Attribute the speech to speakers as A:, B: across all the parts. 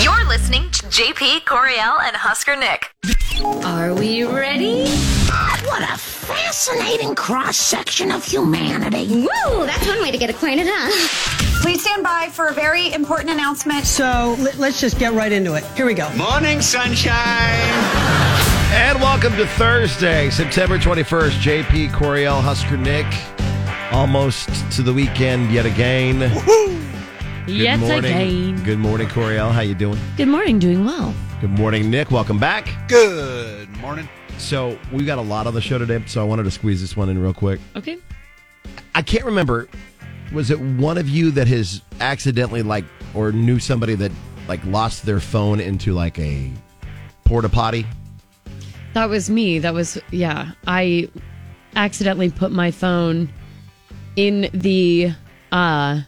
A: You're listening to JP Coriel and Husker Nick.
B: Are we ready?
C: What a fascinating cross section of humanity.
B: Woo! That's one way to get acquainted, huh?
D: Please stand by for a very important announcement.
E: So let, us just get right into it. Here we go.
F: Morning, sunshine.
G: And welcome to Thursday, September 21st. JP Coriel, Husker Nick, almost to the weekend yet again. Good
H: Yet
G: morning.
H: again.
G: Good morning, Coriel. How you doing?
H: Good morning, doing well.
G: Good morning, Nick. Welcome back.
F: Good morning.
G: So we got a lot on the show today, so I wanted to squeeze this one in real quick.
H: Okay.
G: I can't remember. Was it one of you that has accidentally like or knew somebody that like lost their phone into like a porta potty?
H: That was me. That was, yeah. I accidentally put my phone in the, uh,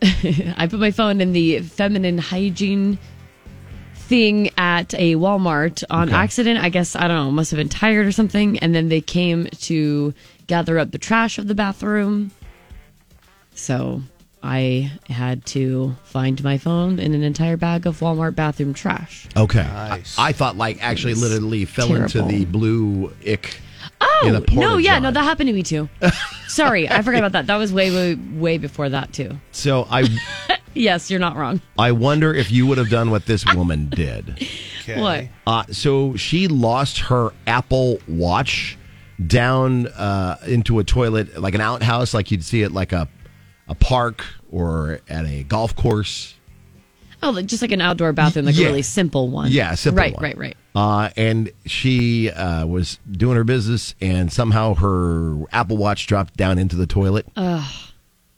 H: I put my phone in the feminine hygiene thing at a Walmart on accident. I guess, I don't know, must have been tired or something. And then they came to gather up the trash of the bathroom. So I had to find my phone in an entire bag of Walmart bathroom trash.
G: Okay. I, I thought like actually literally fell into
H: terrible.
G: the blue ick.
H: Oh
G: in a porta
H: no, yeah,
G: john.
H: no, that happened to me too. Sorry, I forgot about that. That was way, way, way before that too.
G: So I
H: Yes, you're not wrong.
G: I wonder if you would have done what this woman did.
F: Okay.
H: What?
G: Uh, so she lost her Apple Watch down uh, into a toilet, like an outhouse, like you'd see at like a a park or at a golf course.
H: Oh, like- just like an outdoor bathroom, like
G: Yeah.
H: a really simple one.
G: Yeah, a simple
H: Right,
G: one.
H: right, right.
G: Uh, and she uh, was doing her business, and somehow her Apple Watch dropped down into the toilet.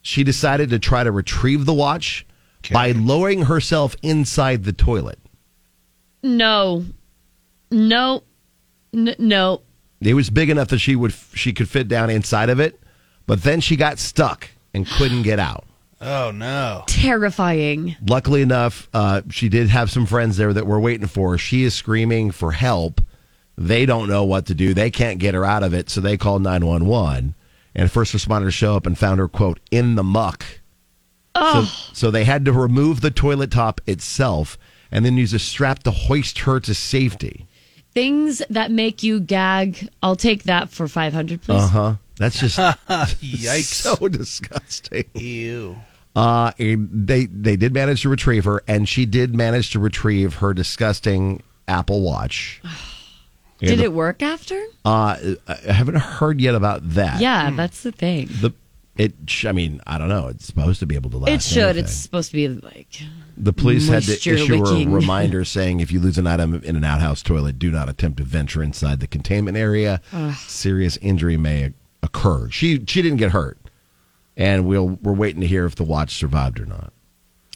G: She decided to try to retrieve the watch by lowering herself inside the toilet.
H: No, no, N- no.
G: It was big enough that she would she could fit down inside of it, but then she got stuck and couldn't get out.
F: Oh no.
H: Terrifying.
G: Luckily enough, uh, she did have some friends there that were waiting for her. She is screaming for help. They don't know what to do. They can't get her out of it, so they call nine one one. And first responders show up and found her quote in the muck. So, so they had to remove the toilet top itself and then use a strap to hoist her to safety.
H: Things that make you gag. I'll take that for five hundred, please.
G: Uh huh. That's just
F: Yikes.
G: so disgusting.
F: Ew.
G: Uh, and they they did manage to retrieve her, and she did manage to retrieve her disgusting Apple Watch.
H: Did it work after?
G: Uh, I haven't heard yet about that.
H: yeah, that's the thing.
G: The it. sh- I mean, I don't know. It's supposed to be able to last.
H: It should.
G: anything.
H: It's supposed to be like
G: the police had to
H: moisture
G: issue
H: wicking.
G: a reminder saying if you lose an item in an outhouse toilet, do not attempt to venture inside the containment area. Serious injury may occur. She she didn't get hurt, and we'll we're waiting to hear if the watch survived or not.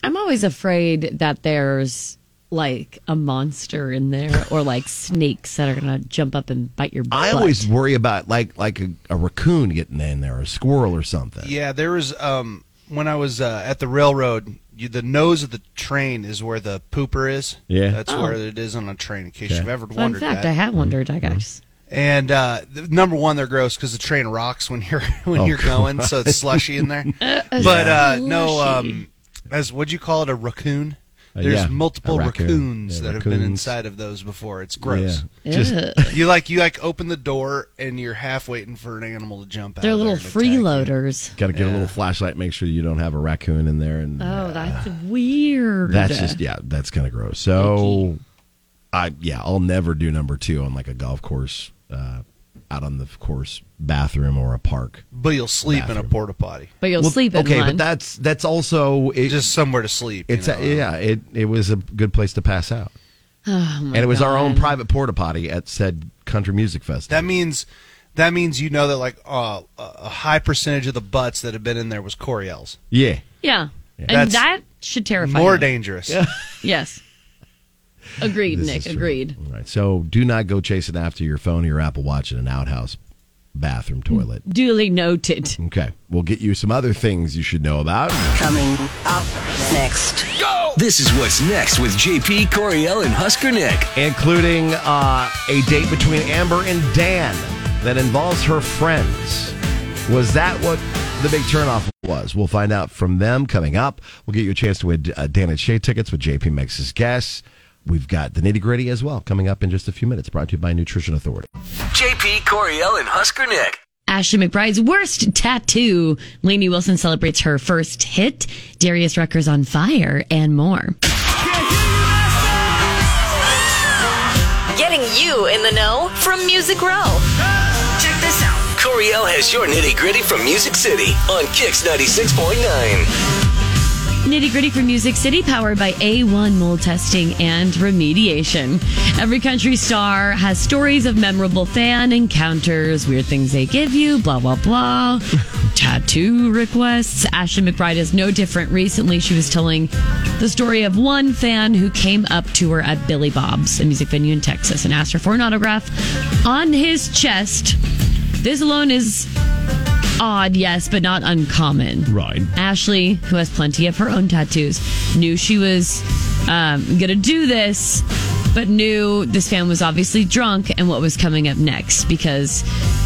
H: I'm always afraid that there's like a monster in there or like snakes that are going to jump up and bite your butt.
G: I always worry about like like a, a raccoon getting in there, a squirrel or something.
F: Yeah, there was um when I was uh, at the railroad, you, the nose of the train is where the pooper is.
G: Yeah.
F: That's
H: Oh.
F: where it is on a train. In case you've ever
H: Fun
F: wondered
H: fact,
F: that.
H: I have wondered, I
G: Mm-hmm.
H: guess.
F: and uh, th- number one, they're gross because the train rocks when you're when
G: Oh,
F: you're going, so it's slushy in there. but uh, no, um, as what'd you call it, a raccoon?
G: Uh,
F: There's
G: yeah, a
F: multiple
G: raccoon.
F: raccoons
G: Yeah,
F: that have been
G: raccoons.
F: inside of those before. It's gross.
G: Yeah. Just
H: Ugh.
F: You like you like open the door and you're half waiting for an animal to jump out.
H: They're
F: of
H: little
F: there and attack you.
H: freeloaders.
G: got to get a little flashlight, make sure you don't have a raccoon in there, and
H: Oh, that's weird.
G: that's just yeah, that's kind of gross. So, I yeah, I'll never do number two on like a golf course, uh, out on the course bathroom or a park.
F: But you'll sleep in a
G: Bathroom.
F: porta potty,
H: But you'll
G: Well,
H: sleep in
G: okay,
H: one.
G: but that's that's also it,
F: just somewhere to sleep. you
G: it's
F: know.
G: a, yeah, it it was a good place to pass out,
H: Oh, my
G: and it was our own
H: God.
G: private porta potty at said country music festival.
F: That means that means you know that like uh, a- a high percentage of the butts that have been in there was Coriel's.
G: yeah.
H: Yeah. And
F: That's
H: that should terrify
F: More
H: me.
F: dangerous.
H: Yes. Agreed,
G: This
H: Nick.
G: is
H: Agreed.
G: All right. So do not go chasing after your phone or your Apple Watch in an outhouse bathroom toilet.
H: Duly noted.
G: Okay. We'll get you some other things you should know about.
C: Coming up next.
I: This is what's next with JP Coriel and Husker Nick.
G: including uh, a date between Amber and Dan that involves her friends. Was that what the big turnoff was. We'll find out from them coming up. We'll get you a chance to win uh, Dan and Shay tickets with JP makes his guess. We've got the nitty gritty as well coming up in just a few minutes. Brought to you by Nutrition Authority.
I: JP Coriel and Husker Nick.
H: Ashley McBride's worst tattoo. Lainey Wilson celebrates her first hit. Darius Rucker's on fire and more.
A: Getting you in the know from Music Row. Check this out.
I: Coriel has your nitty gritty from Music City on Kix 96.9.
H: Nitty gritty for Music City, powered by A1 mold testing and remediation. Every country star has stories of memorable fan encounters, weird things they give you, blah, blah, blah. Tattoo requests. Ashley McBride is no different. Recently, she was telling the story of one fan who came up to her at Billy Bob's, a music venue in Texas, and asked her for an autograph on his chest. This alone is odd, yes, but not uncommon.
G: Right.
H: Ashley, who has plenty of her own tattoos, knew she was um, going to do this, but knew this fan was obviously drunk and what was coming up next because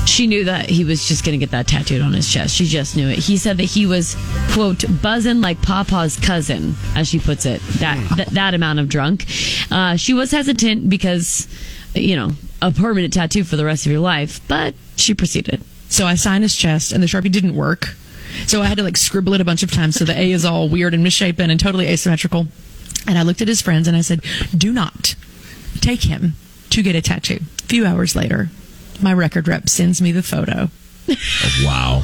H: she knew that he was just going to get that tattooed on his chest. She just knew it. He said that he was, quote, buzzing like Papa's cousin, as she puts it, that, that, that amount of drunk. Uh, she was hesitant because, you know, a permanent tattoo for the rest of your life, but she proceeded.
J: So I signed his chest, and the sharpie didn't work. So I had to like scribble it a bunch of times. So the A is all weird and misshapen and totally asymmetrical. And I looked at his friends and I said, "Do not take him to get a tattoo." A few hours later, my record rep sends me the photo.
G: Wow.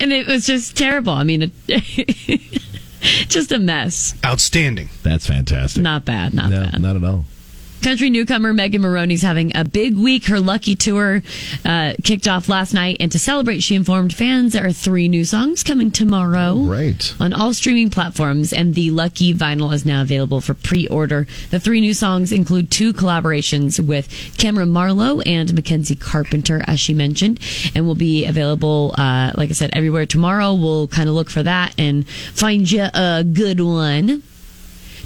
H: and it was just terrible. I mean, it, just a mess.
F: Outstanding.
G: That's fantastic.
H: Not bad. Not
G: no,
H: bad.
G: not at all.
H: Country newcomer Megan Maroney's having a big week. Her lucky tour uh, kicked off last night, and to celebrate, she informed fans there are three new songs coming tomorrow.
G: Great.
H: on all streaming platforms, and the Lucky vinyl is now available for pre order. The three new songs include two collaborations with Cameron Marlowe and Mackenzie Carpenter, as she mentioned, and will be available, uh, like I said, everywhere tomorrow. We'll kind of look for that and find you a good one.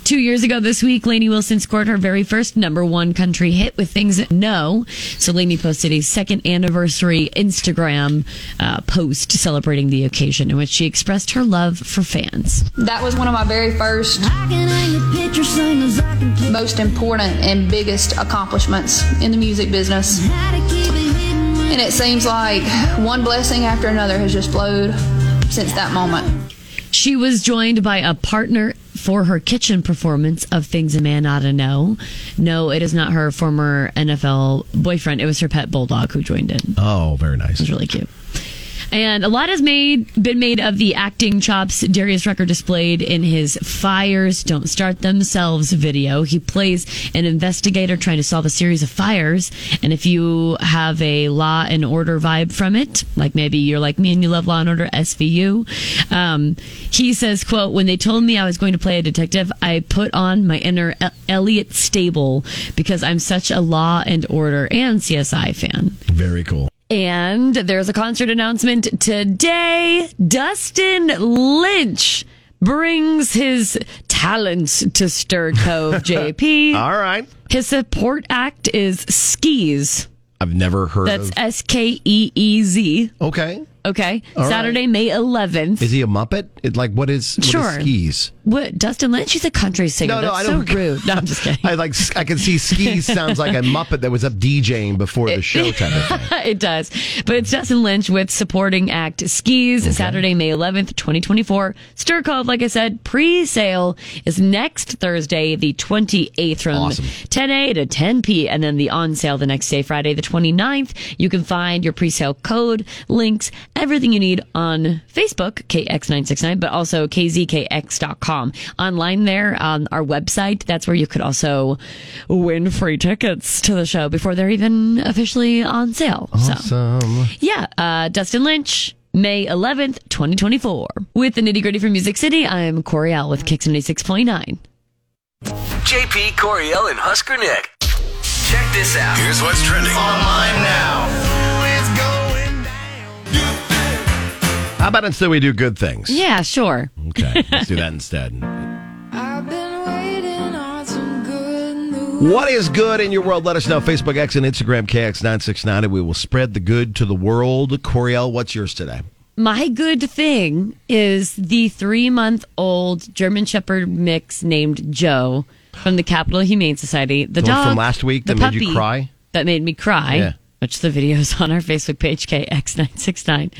H: Two years ago this week, Lainey Wilson scored her very first number one country hit with Things That Know. So Lainey posted a second anniversary Instagram uh, post celebrating the occasion in which she expressed her love for fans.
K: That was one of my very first, most important, and biggest accomplishments in the music business. And it seems like one blessing after another has just flowed since that moment.
H: She was joined by a partner for her kitchen performance of Things a Man Oughta Know. No, it is not her former NFL boyfriend. It was her pet bulldog who joined in.
G: Oh, very nice.
H: It's really cute. And a lot has made been made of the acting chops Darius Rucker displayed in his "Fires Don't Start Themselves" video. He plays an investigator trying to solve a series of fires, and if you have a Law and Order vibe from it, like maybe you're like me and you love Law and Order SVU, um, he says, "quote When they told me I was going to play a detective, I put on my inner El- Elliot Stable because I'm such a Law and Order and CSI fan."
G: Very cool.
H: And there's a concert announcement today. Dustin Lynch brings his talents to Stir Cove JP.
G: All right.
H: His support act is Skis.
G: I've never heard
H: That's
G: of.
H: S K E E Z.
G: Okay.
H: Okay.
G: All right.
H: Saturday, May 11th.
G: Is he a Muppet? It, like, what is, what is
H: Sure.
G: skis?
H: what? Dustin Lynch? He's a country singer.
G: No, no,
H: That's
G: I
H: so
G: don't-
H: rude. No, I'm just kidding.
G: I like. I can see skis sounds like a Muppet that was up DJing before the show type of thing.
H: it does. But it's Dustin Lynch with supporting act Skis, Saturday, May 11th, 2024. Stir Cove, like I said, pre sale is next Thursday, the 28th, from
G: Awesome.
H: 10 a to 10 p. And then the on sale the next day, Friday, the 29th. You can find your pre sale code, links, everything you need on Facebook, KX969, but also KZKX.com. Online there on our website, that's where you could also win free tickets to the show before they're even officially on sale. So.
G: Awesome.
H: Yeah, uh, Dustin Lynch, May 11th, 2024. With the nitty gritty from Music City, I'm Corey Al with Kix 96.9.
I: JP Coriel and Husker Nick. Check this out. Here's what's trending online now.
G: How about instead we do good things?
H: Yeah, sure.
G: Okay, let's do that instead. What is good in your world? Let us know. Facebook X and Instagram KX969, and we will spread the good to the world. Coriel, what's yours today?
H: My good thing is the three month old German Shepherd mix named Joe from the Capital Humane Society. The,
G: The one
H: dog
G: from last week
H: the
G: that made you
H: puppy
G: cry?
H: That made me cry.
G: Yeah.
H: Which the video's on our Facebook page, KX969.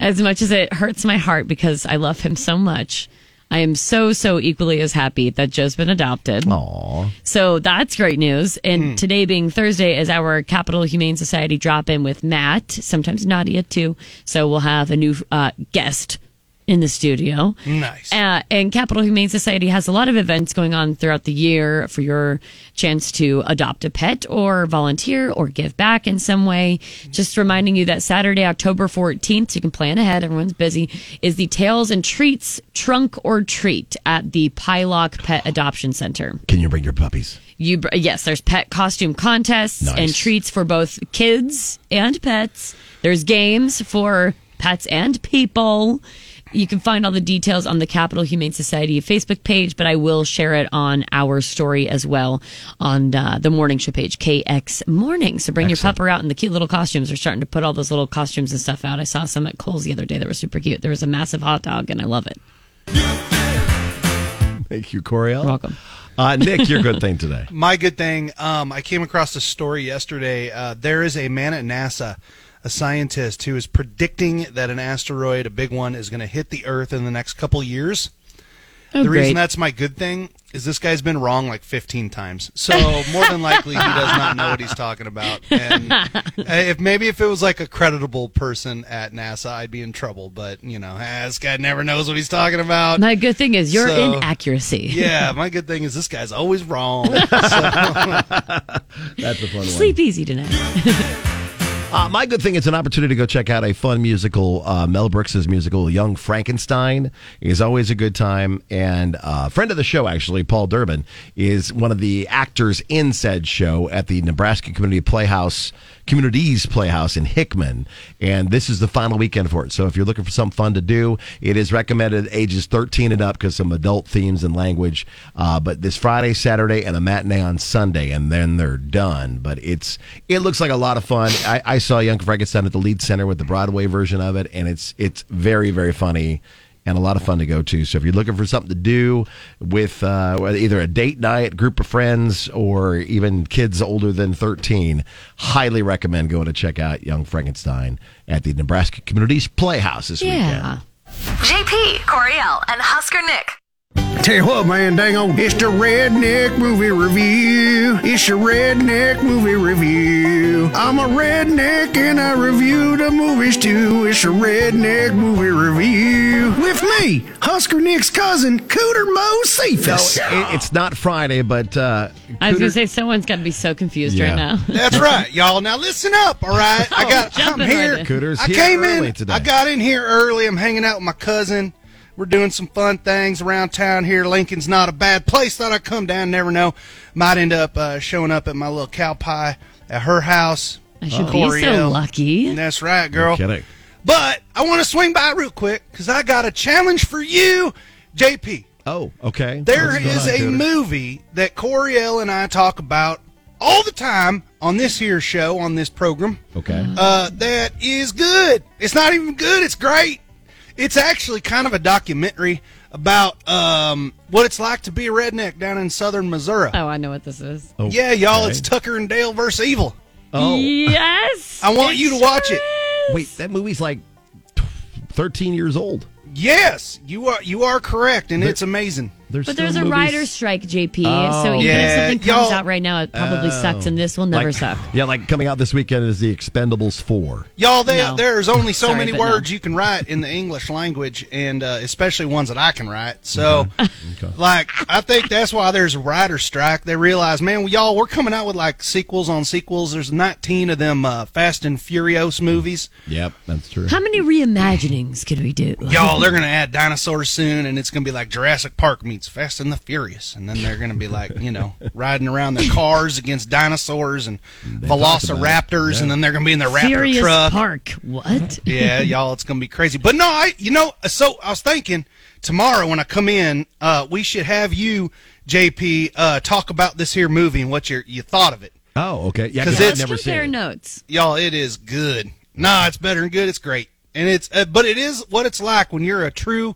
H: As much as it hurts my heart because I love him so much, I am so, so equally as happy that Joe's been adopted.
G: Aww.
H: So that's great news. And today being Thursday is our Capital Humane Society drop in with Matt, sometimes Nadia too. So we'll have a new uh, guest in the studio. Nice. Uh, and Capital Humane Society has a lot of events going on throughout the year for your chance to adopt a pet or volunteer or give back in some way. Just reminding you that Saturday, October 14th, you can plan ahead. Everyone's busy. Is the Tails and Treats Trunk or Treat at the Pylock Pet Adoption Center.
G: Can you bring your puppies?
H: You br- yes, there's pet costume contests
G: Nice.
H: and treats for both kids and pets. There's games for pets and people. You can find all the details on the Capital Humane Society Facebook page, but I will share it on our story as well on uh, the morning show page, KX Morning. So bring your pupper out, and the cute little costumes are starting to put all those little costumes and stuff out. I saw some at Kohl's the other day that were super cute. There was a massive hot dog, and I love it.
G: Thank you, Coriel.
H: Welcome.
G: Uh, Nick, your good thing today.
F: My good thing, um, I came across a story yesterday. Uh, there is a man at NASA, a scientist, who is predicting that an asteroid, a big one, is going to hit the Earth in the next couple years.
L: Oh,
F: the reason
L: great.
F: that's my good thing is this guy's been wrong like 15 times. So more than likely he does not know what he's talking about. And uh, if maybe if it was like a creditable person at NASA, I'd be in trouble. But you know, ah, this guy never knows what he's talking about.
H: My good thing is your
F: So-
H: inaccuracy.
F: Yeah, my good thing is this guy's always wrong. So-
G: That's a fun
H: Sleep easy tonight.
G: Uh, my good thing, it's an opportunity to go check out a fun musical, uh, Mel Brooks' musical, Young Frankenstein, is always a good time. And uh, friend of the show, actually, Paul Durbin, is one of the actors in said show at the Nebraska Community Playhouse, Communities Playhouse in Hickman. And this is the final weekend for it. So if you're looking for something fun to do, it is recommended ages 13 and up because some adult themes and language. Uh, but this Friday, Saturday, and a matinee on Sunday, and then they're done. But it's it looks like a lot of fun. I, I saw Young Frankenstein at the Lead Center with the Broadway version of it, and it's it's very very funny and a lot of fun to go to. So if you're looking for something to do with uh, whether- either a date night, group of friends, or even kids older than 13, highly recommend going to check out Young Frankenstein at the Nebraska Communities Playhouse this weekend.
A: JP, Coriel, and Husker Nick.
M: Tell you what, man, dang on. It's the Redneck Movie Review. It's the Redneck Movie Review. I'm a redneck and I review the movies too. It's the Redneck Movie Review. With me, Husker Nick's cousin, Cooter Mo
G: No,
M: Cephas.
G: it- it's not Friday, but uh,
H: I was
G: Cooter-
H: going to say someone's got to be so confused
G: Yeah.
H: right now.
F: That's right, y'all. Now listen up, all right? I got I'm
H: Oh, jumping
F: here.
H: right in. Cooter's
F: I
H: here
F: came
H: early
F: in
H: today.
F: I got in here early. I'm hanging out with my cousin. We're doing some fun things around town here. Lincoln's not a bad place. Thought I'd come down. Never know. Might end up uh, showing up at my little cow pie at her house.
H: I should be so lucky.
F: That's right, girl.
G: kidding.
F: But I want to swing by real quick because I got a challenge for you, JP.
G: Oh, okay.
F: There
G: What's going
F: is
G: on,
F: a
G: Cooter?
F: movie that Coriel and I talk about all the time on this here show, on this program.
G: Okay.
F: Uh, that is good. It's not even good. It's great. It's actually kind of a documentary about um, what it's like to be a redneck down in southern Missouri.
H: Oh, I know what this is.
F: Yeah, y'all,
H: Okay.
F: it's Tucker and Dale versus Evil.
G: Oh.
H: Yes.
F: I want you to watch it.
G: Wait, that movie's like 13 years old.
F: Yes, you are you are correct, and it's amazing.
G: There's
H: But there's a writer's strike, JP. so
G: Oh.
H: even if
G: Yeah,
H: something comes
G: y'all-
H: out right now, it probably
G: Oh.
H: sucks, and this will never
G: Like-
H: suck.
G: Yeah, like coming out this weekend is The Expendables 4.
F: Y'all, there,
H: No.
F: there's only so
H: Sorry,
F: many
H: but no.
F: words you can write in the English language, and uh, especially ones that I can write. So,
H: Mm-hmm.
F: like, I think that's why there's a writer strike. They realize, man, well, y'all, we're coming out with like sequels on sequels. There's 19 of them uh, Fast and Furious movies.
G: Yep, that's true.
H: How many reimaginings could we do?
F: Y'all, they're gonna add dinosaurs soon, and it's gonna be like Jurassic Park meets Fast and the Furious, and then they're gonna be like, you know, riding around their cars against dinosaurs and
H: talked about it,
F: Velociraptors, and then they're gonna be in the Raptor
H: Furious
F: truck.
H: Park. What?
F: yeah, y'all, it's gonna be crazy. But no, I, you know, so I was thinking tomorrow when I come in, uh, we should have you, JP, uh, talk about this here movie and what you you thought of it,
G: Oh, okay. Yeah,
F: 'Cause
G: because I've
F: it's-
G: never seen
H: Compare
G: it.
H: notes.
F: y'all. It is good. Nah, it's better than good. It's great. and it's uh, but it is what it's like when you're a true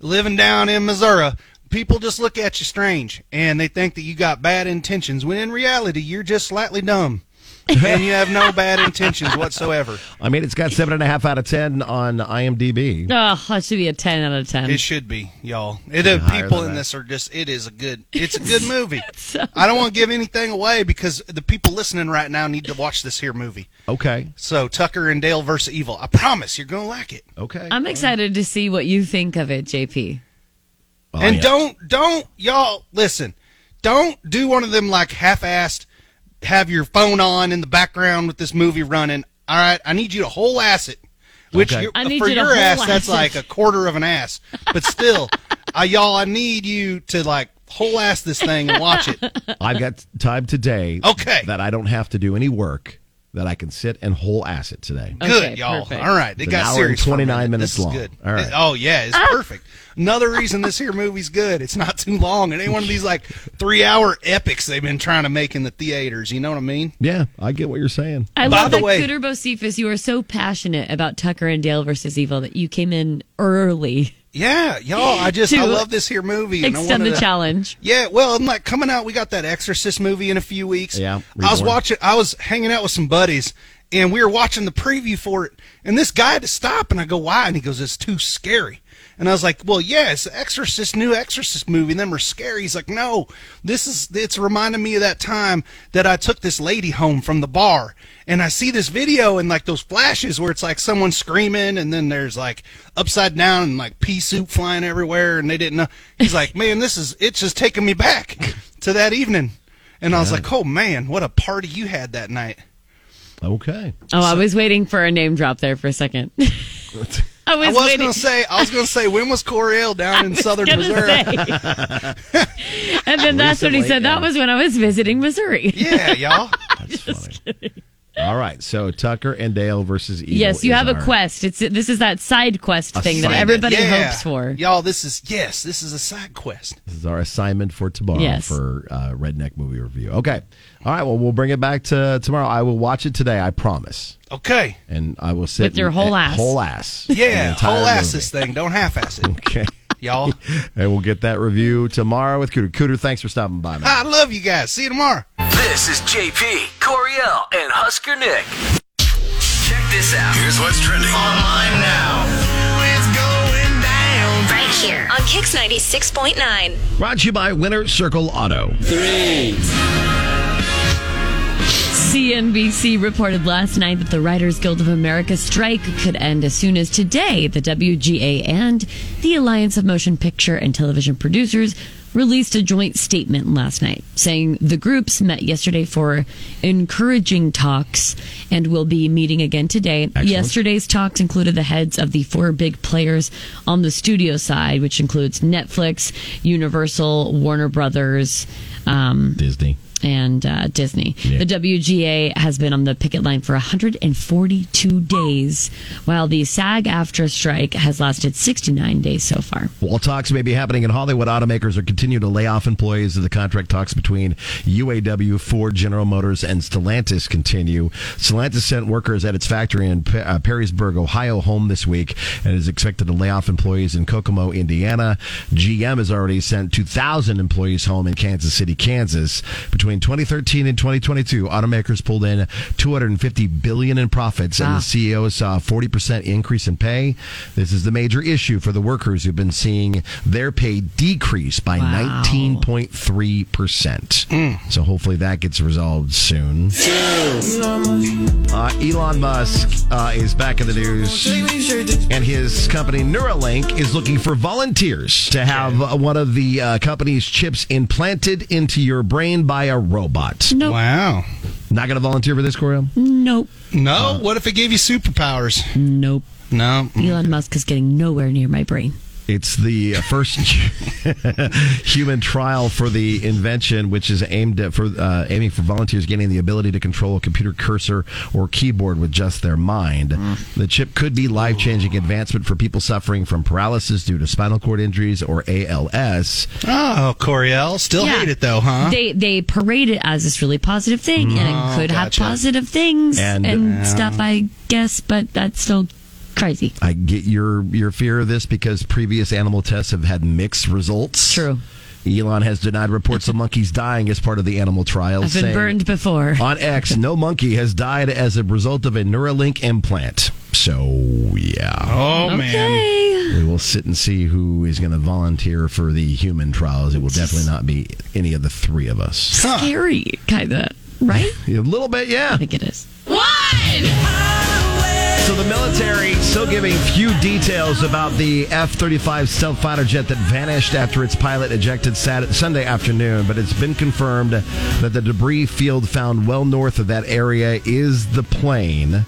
F: living down in Missouri. People just look at you strange, and they think that you got bad intentions. When in reality, you're just slightly dumb, and you have no bad intentions whatsoever.
G: I mean, it's got seven and a half out of ten on IMDb.
H: Oh, that should be a ten out of ten.
F: It should be, y'all. It, uh,
G: higher
F: people
G: than
F: in
G: that.
F: this are just. It is a good. It's a good movie. I don't want to give anything away because the people listening right now need to watch this here movie.
G: Okay.
F: So Tucker and Dale versus Evil. I promise you're gonna like it.
G: Okay.
H: I'm excited to see what you think of it, JP.
F: and
H: yeah.
F: don't don't y'all listen. Don't do one of them like half-assed. Have your phone on in the background with this movie running. All right, I need you to whole ass it. Which
G: Okay.
F: you-
G: I need
F: for
G: you to
F: your
G: whole
F: ass,
G: ass
F: that's
G: it.
F: like a quarter of an ass. But still, I, y'all, I need you to like whole ass this thing and watch it.
G: I've got time today.
F: Okay.
G: That I don't have to do any work. That I can sit and whole ass it today.
F: Good, y'all. All right, it
G: It's an
F: got
G: hour and
F: serious. for a
G: 29
F: minute.
G: minutes
F: This is
G: long.
F: good.
G: All right.
F: oh yeah, it's perfect. Another reason this here movie's good. It's not too long. It ain't one of these like three hour epics they've been trying to make in the theaters. You know what I mean?
G: Yeah, I get what you're saying.
H: I
F: By
H: love
F: the
H: that
F: way-
H: Cooter Bocephus, you are so passionate about Tucker and Dale versus Evil that you came in early.
F: Yeah, y'all. I just I
H: To
F: love this here movie. and I
H: Extend
F: wanted
H: the
F: to-
H: challenge.
F: Yeah, well, I'm like coming out. We got that Exorcist movie in a few weeks.
G: Yeah,
F: I was
G: reborn.
F: watching. I was hanging out with some buddies, and we were watching the preview for it. And this guy had to stop, and I go, "Why?" And he goes, "It's too scary." And I was like, "Well, yeah, it's the Exorcist, new Exorcist movie. and Them are scary." He's like, "No, this is. It's reminding me of that time that I took this lady home from the bar, and I see this video and like those flashes where it's like someone screaming, and then there's like upside down and like pea soup flying everywhere, and they didn't know." He's like, "Man, this is. It's just taking me back to that evening." And I was like, "Oh man, what a party you had that night!"
G: Okay.
H: Oh, I was waiting for a name drop there for a second. I was,
F: I was
H: waiting.
F: gonna say, I was gonna say, when was Coriel down in Southern
H: gonna
F: Missouri?
H: and then that's what he
G: Recently,
H: said. That
G: yeah.
H: was when I was visiting Missouri.
F: Yeah, y'all.
G: All right. So Tucker and Dale versus Evil.
H: yes, you
G: is
H: have a
G: our-
H: quest. It's this is that side quest
G: A
H: thing
G: side-
H: that everybody
F: Yeah.
H: hopes for.
F: Y'all, this is yes, this is a side quest.
G: This is our assignment for tomorrow
H: Yes.
G: for uh, Redneck Movie Review. Okay. All right. Well, we'll bring it back to tomorrow. I will watch it today. I promise.
F: Okay.
G: And I will sit
H: With your
G: and-
H: whole ass.
G: Whole ass. the
F: Yeah,
G: entire
F: whole ass
G: movie.
F: this thing. Don't half ass it,
G: Okay.
F: y'all.
G: And we'll get that review tomorrow with Cooter. Cooter, thanks for stopping by, man.
F: I love you guys. See you tomorrow.
I: This is JP, Coriel, and Husker Nick. Check this out. Here's what's trending online now. It's going down.
A: Right here on Kix 96.9.
G: Brought to you by Winter Circle Auto.
I: Three.
H: CNBC reported last night that the Writers Guild of America strike could end as soon as today. The WGA and the Alliance of Motion Picture and Television Producers released a joint statement last night saying the groups met yesterday for encouraging talks and will be meeting again today. Yesterday's talks included the heads of the four big players on the studio side, which includes Netflix, Universal, Warner Brothers, um,
G: Disney.
H: and uh, Disney. The WGA has been on the picket line for 142 days, while the SAG AFTRA strike has lasted 69 days so far.
G: While talks may be happening in Hollywood, automakers are continuing to lay off employees as the contract talks between UAW, Ford, General Motors, and Stellantis continue. Stellantis sent workers at its factory in Pe- uh, Perrysburg, Ohio, home this week and is expected to lay off employees in Kokomo, Indiana. GM has already sent 2,000 employees home in Kansas City, Kansas. Between 2013 and 2022, automakers pulled in 250 billion in profits, and
H: Wow.
G: the CEO saw a 40% increase in pay. This is the major issue for the workers who've been seeing their pay decrease by
H: Wow.
G: 19.3%. So hopefully that gets resolved soon. Uh, Elon Musk uh, is back in the news, and his company Neuralink is looking for volunteers to have uh, one of the uh, company's chips implanted into your brain by a robot.
H: Nope.
F: Wow.
G: Not going to volunteer for this, Coriel?
H: Nope.
F: No, what if it gave you superpowers?
H: Nope.
F: No.
H: Elon Musk is getting nowhere near my brain.
G: It's the uh, first human trial for the invention, which is aimed at for uh, aiming for volunteers gaining the ability to control a computer cursor or keyboard with just their mind. The chip could be life changing advancement for people suffering from paralysis due to spinal cord injuries or ALS.
F: Oh, Coriel, still
H: Yeah.
F: hate it though, huh? Oh,
H: They they parade it as this really positive thing, and it could have
F: gotcha. uh,
H: positive things
G: And-
H: and, stuff, I guess, but that's still crazy.
G: I get your your fear of this because previous animal tests have had mixed results.
H: True.
G: Elon has denied reports of monkeys dying as part of the animal trials.
H: I've been
G: saying-
H: burned before.
G: On X, no monkey has died as a result of a Neuralink implant. So yeah.
F: Oh man.
G: We will sit and see who is going to volunteer for the human trials. It will definitely not be any of the three of us.
H: Scary, kind of, right?
G: A little bit, yeah. I
H: think it is.
G: So the military still giving few details about the F-35 stealth fighter jet that vanished after its pilot ejected Sat- Sunday afternoon, but it's been confirmed that the debris field found well north of that area is the plane.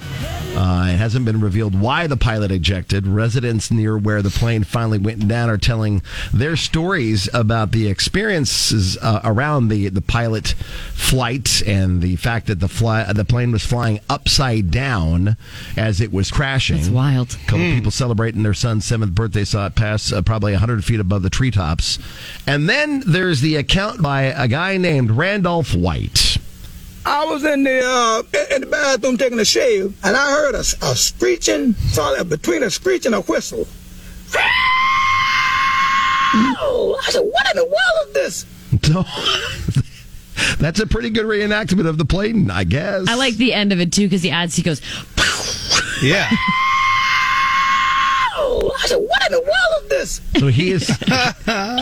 G: Uh, it hasn't been revealed why the pilot ejected. Residents near where the plane finally went down are telling their stories about the experiences uh, around the, the pilot flight and the fact that the fly, the plane was flying upside down as it was crashing. That's
H: wild.
G: A couple people celebrating their son's seventh birthday saw it pass uh, probably 100 feet above the treetops. And then there's the account by a guy named Randolph White.
L: I was in the uh, in the bathroom taking a shave, and I heard a, a screeching, probably between a screech and a whistle. Oh, I said, "What in the world is this?"
G: So that's a pretty good reenactment of the plane, I guess.
H: I like the end of it too because he adds, he goes,
G: Yeah.
L: Oh, I said, "What in the world is this?"
G: So he is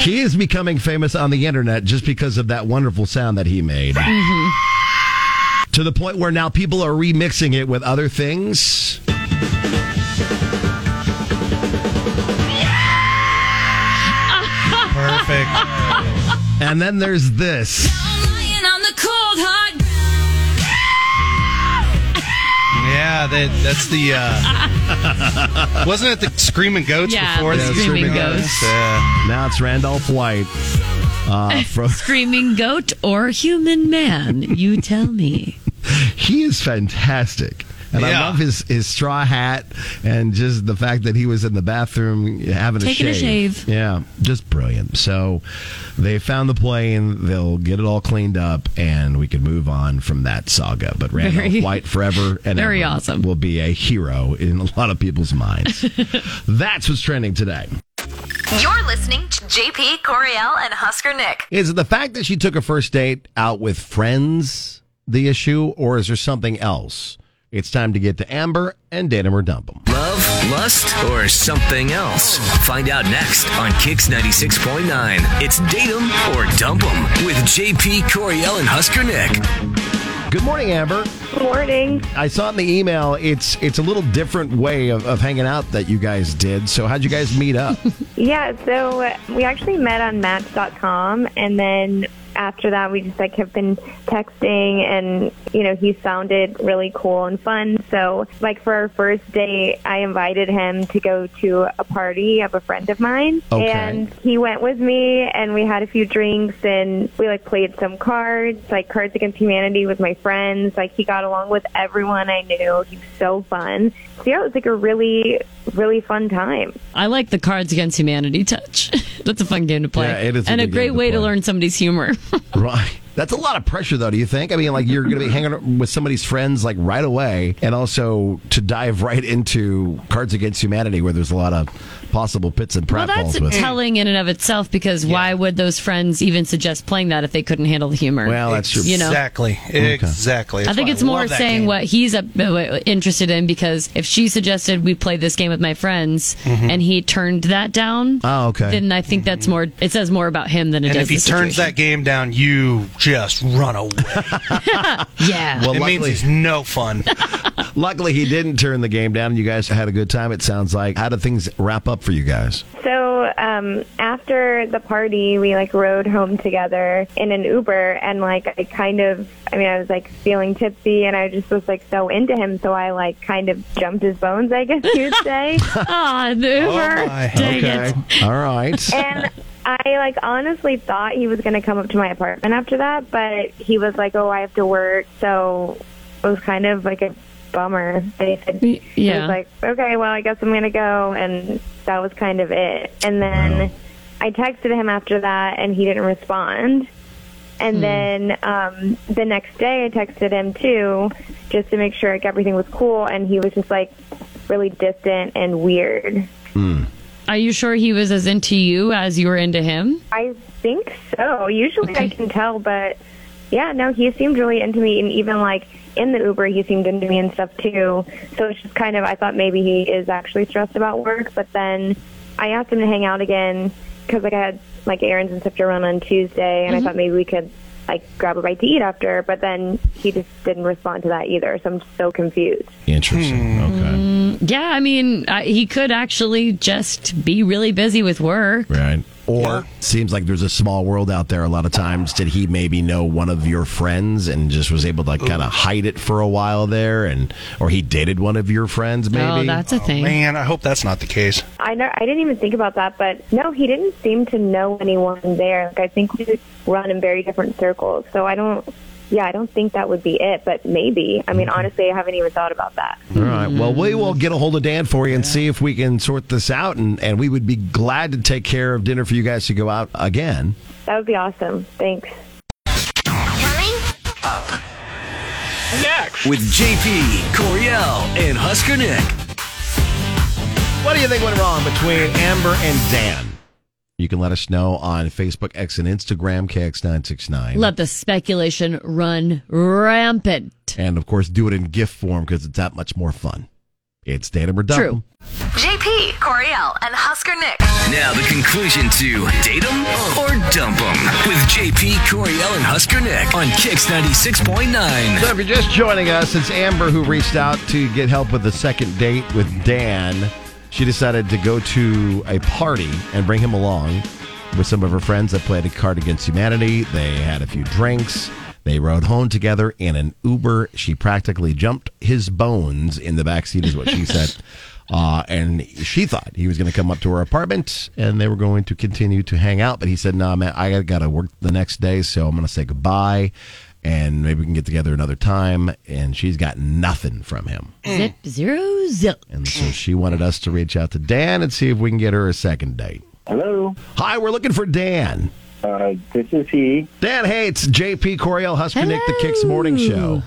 G: he is becoming famous on the internet just because of that wonderful sound that he made. To the point where now people are remixing it with other things.
F: Perfect.
G: And then there's this.
A: on the cold hard
F: Yeah, that, that's the. Uh, wasn't it the Screaming Goats
A: Yeah,
F: before?
A: the
F: that?
A: Screaming Goats.
F: Yeah.
G: Now it's Randolph White. Uh, from,
H: screaming goat or human man? You tell me.
G: he is fantastic. And I love his, his straw hat and just the fact that he was in the bathroom having
H: Taking
G: a
H: a
G: shave.
H: shave.
G: Yeah, just brilliant. So they found the plane. They'll get it all cleaned up, and we can move on from that saga. But Randolph
H: Very-
G: White forever and
H: very
G: ever
H: awesome.
G: will be a hero in a lot of people's minds. That's what's trending today.
A: You're listening to JP Coriel and Husker Nick.
G: Is it the fact that she took a first date out with friends the issue, or is there something else? It's time to get to Amber and date him or dump him.
I: Love, lust, or something else? Find out next on Kix 96.9. It's Date 'em or Dump 'em with JP Coriel and Husker Nick.
G: Good morning, Amber. Good
N: morning.
G: I saw in the email it's it's a little different way of, of hanging out that you guys did. So how'd you guys meet up?
N: Yeah, so uh, we actually met on Match.com, and then after that, we just like have been texting, and you know, he sounded really cool and fun. So, like for our first date, I invited him to go to a party of a friend of mine,
O: Okay.
N: and he went with me, and we had a few drinks, and we like played some cards, like Cards Against Humanity with my friends. Like he got along with everyone I knew. He was so fun. So yeah, it was like a really, really fun time.
H: I like the Cards Against Humanity touch. That's a fun game to play.
G: Yeah, it is a
H: and a
G: good
H: great
G: game to
H: way to
G: play.
H: learn somebody's humor.
G: right. That's a lot of pressure though, do you think? I mean, like you're gonna be hanging out with somebody's friends like right away and also to dive right into Cards Against Humanity where there's a lot of possible pits and
H: well,
G: pratfalls
H: that's
G: with it.
H: telling in and of itself because why would those friends even suggest playing that if they couldn't handle the humor?
G: Well, that's true.
H: You know?
F: Exactly. Exactly.
H: I
F: That's
H: think
F: why
H: it's more
F: love that
H: saying
F: game.
H: what he's uh, uh, interested in because if she suggested we play this game with my friends
F: Mhm.
H: and he turned that down,
G: Mm-hmm. oh, okay.
H: then I think that's more. It says more about him than it
F: And
H: does.
F: if he
H: the
F: turns that game down, you just run away.
H: situation. yeah,
F: it
G: Well,
F: means
G: luckily-
F: he's no fun.
G: Luckily he didn't turn the game down and you guys had a good time, it sounds like. How did things wrap up for you guys?
N: So um, after the party, we like rode home together in an Uber, and like I kind of, I mean, I was like feeling tipsy, and I just was like so into him, so I like kind of jumped his bones, I guess you'd say.
H: Ah, the Uber.
F: Oh,
H: Dang
G: okay.
H: it.
G: All right.
N: and I like honestly thought he was gonna come up to my apartment after that, but he was like, "Oh, I have to work," so it was kind of like a bummer. They said,
H: yeah.
N: it was like, "Okay, well, I guess I'm gonna go," and that was kind of it. And then I texted him after that, and he didn't respond. And then um, the next day, I texted him too, just to make sure like everything was cool, and he was just like, really distant and weird.
H: Are you sure he was as into you as you were into him?
N: I think so. Usually I can tell, but yeah, no, he seemed really into me, and even like in the Uber, he seemed into me and stuff too. So it's just kind of, I thought maybe he is actually stressed about work, but then I asked him to hang out again because like I had like errands and stuff to run on Tuesday, and
H: Mhm.
N: I thought maybe we could like grab a bite to eat after, but then he just didn't respond to that either. So I'm just so confused.
G: Interesting. Okay.
H: Mm, yeah, I mean, I, he could actually just be really busy with work.
G: Right. Or seems like there's a small world out there a lot of times. Did he maybe know one of your friends and just was able to kind of hide it for a while there and or he dated one of your friends maybe?
H: Oh,
F: Man, I hope that's not the case.
N: I know I didn't even think about that, but no, he didn't seem to know anyone there. Like I think we run in very different circles, so I don't. Yeah, I don't think that would be it, but maybe. I mean, honestly, I haven't even thought about that.
G: All right. Well, we will get a hold of Dan for you and see if we can sort this out and and we would be glad to take care of dinner for you guys to go out again.
N: That would be awesome. Thanks.
I: Next. With JP, Coriel, and Husker Nick.
G: What do you think went wrong between Amber and Dan? You can let us know on Facebook, X, and Instagram, KX969.
H: Let the speculation run rampant.
G: And of course, do it in gift form because it's that much more fun. It's Datum or Dumb.
A: JP, Coriel, and Husker Nick.
I: Now the conclusion to date 'em or dump 'em with JP, Coriel, and Husker Nick on Kix ninety six point nine.
G: So if you're just joining us, it's Amber who reached out to get help with a second date with Dan. She decided to go to a party and bring him along with some of her friends that played a card against humanity. They had a few drinks. They rode home together in an Uber. She practically jumped his bones in the backseat, is what she said. Uh, and she thought he was going to come up to her apartment and they were going to continue to hang out. But he said, No, man, I got to work the next day. So I'm going to say goodbye and maybe we can get together another time. And she's got nothing from him.
H: Zip, zero, zip.
G: And so she wanted us to reach out to Dan and see if we can get her a second date.
O: Hello.
G: Hi, we're looking for Dan.
O: Uh, this is he.
G: Dan, hey, it's JP Coriel Husker Nick, the Kicks Morning Show.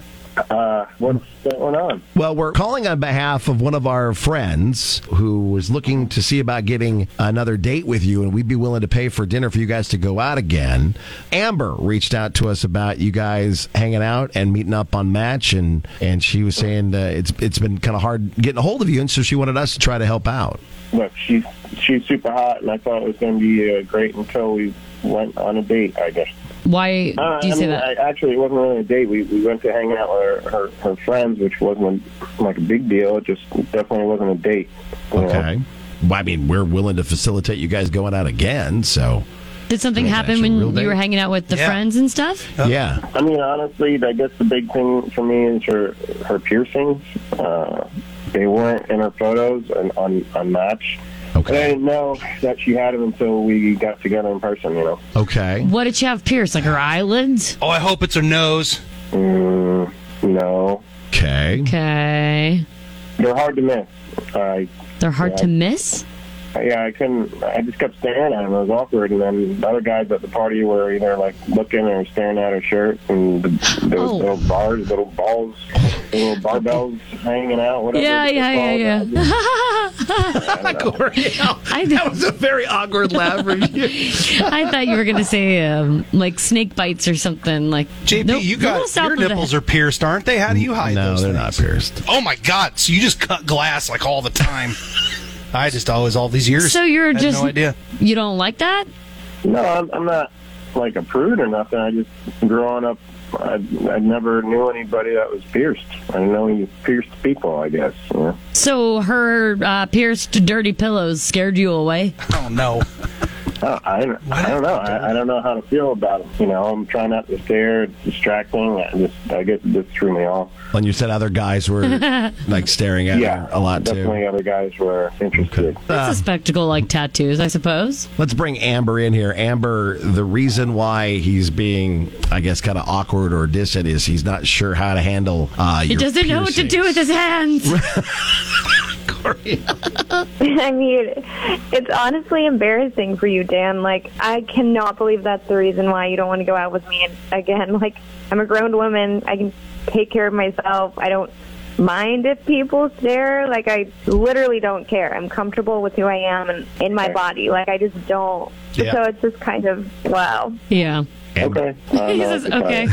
O: Uh, what's going on?
G: Well, we're calling on behalf of one of our friends who was looking to see about getting another date with you, and we'd be willing to pay for dinner for you guys to go out again. Amber reached out to us about you guys hanging out and meeting up on Match, and and she was saying uh, it's it's been kind of hard getting a hold of you, and so she wanted us to try to help out.
O: Look, she's she's super hot, and I thought it was going to be uh, great until we went on a date. I guess.
H: Why
O: Uh,
H: do you
O: I
H: say
P: um,
O: mean,
H: that?
O: I, actually, it wasn't really a date. We we went to hang out with her, her her friends, which wasn't like a big deal. It just definitely wasn't a date. you know?
G: Okay. Well, I mean, we're willing to facilitate you guys going out again, so
H: Did something
G: That's
H: happen
G: actually
H: when
G: real
H: you were
G: big.
H: hanging out with the
G: Yeah.
H: friends and stuff?
F: Uh,
G: yeah.
O: I mean, honestly, I guess the big thing for me is her her piercings. Uh, they weren't in her photos and on on match. Okay. And I didn't know that she had them until we got together in person. You know.
G: Okay.
H: What did she have pierced? Like her eyelids?
F: Oh, I hope it's her nose.
O: Mm, no.
G: Okay.
H: Okay.
O: They're hard to miss. I.
H: They're hard to miss.
O: Yeah, I couldn't. I just kept staring at him. It was awkward, and then the other guys at the party were either like looking or staring at her shirt, and the, there was
H: Oh.
O: little bars, little balls, little barbells hanging out. Whatever.
H: Yeah,
O: it's
H: yeah, yeah,
O: called.
H: yeah. I that
G: was a very awkward laugh from you.
H: I thought you were going to say um, like snake bites or something. Like
F: JP,
H: Nope,
F: you
H: little
F: got
H: south
F: your
H: of the-
F: nipples are pierced, aren't they? How do you hide
G: no,
F: those?
G: they're
F: things?
G: not pierced.
F: Oh my god! So you just cut glass like all the time. I just always all these years.
H: So you're
F: I had
H: just
F: no idea.
H: You don't like that?
O: No, I'm, I'm not like a prude or nothing. I just growing up, I, I never knew anybody that was pierced. I didn't know any pierced people. I guess. You know?
H: So her uh, pierced dirty pillows scared you away?
F: Oh no.
O: I, I, don't- I don't know. I, I don't know how to feel about them. You know, I'm trying not to stare. It's distracting. I just, I guess it just threw me off.
G: And you said other guys were like staring at
O: Yeah,
G: her a lot
O: definitely
G: too. Uh,
O: other guys were interested.
H: It's a spectacle like tattoos, I suppose.
G: Let's bring Amber in here. Amber, the reason why he's being, I guess, kind of awkward or distant is he's not sure how to handle. Uh,
H: He
G: your
H: doesn't know what to
G: piercing.
H: do with his hands.
N: I mean, it's honestly embarrassing for you, Dan. Like, I cannot believe that's the reason why you don't want to go out with me. And again, like, I'm a grown woman. I can take care of myself. I don't mind if people stare. Like I literally don't care. I'm comfortable with who I am and in my body. Like I just don't.
G: Yeah.
N: So it's just kind of wow.
H: Yeah.
F: Okay.
N: He says, okay.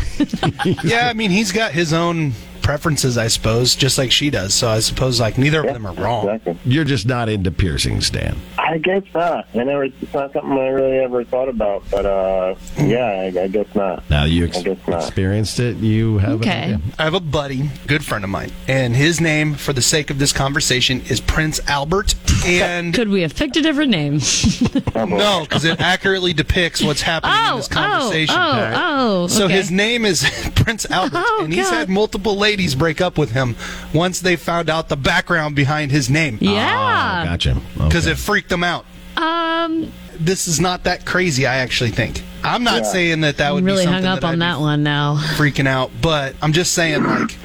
F: yeah, I mean, he's got his own preferences, I suppose, just like she does. So I suppose like neither of them are wrong.
G: You're just not into piercings, Dan.
O: I guess not. I never. It's not something I really ever thought about. But uh, yeah, I, I guess not.
G: Now you ex-
O: I guess not.
G: experienced it. You have an idea.
F: I have a buddy, good friend of mine, and his name, for the sake of this conversation, is Prince Albert. And
H: could we have picked a different name?
F: no, because it accurately depicts what's happening in this
H: Oh, oh,
F: conversation.
H: oh, oh,
F: So
H: okay. Oh,
F: his name is Prince Albert, and he's had multiple ladies break up with him once they found out the background behind his name.
H: Yeah.
F: Ah,
H: Oh,
G: gotcha.
F: Because it freaked them out.
H: Um,
F: This is not that crazy. I actually think. I'm not
H: Yeah.
F: saying that that
H: I'm
F: would
H: really
F: be
H: hung
F: something
H: up
F: that
H: on
F: I'd
H: that one now.
F: be freaking out, but I'm just saying like.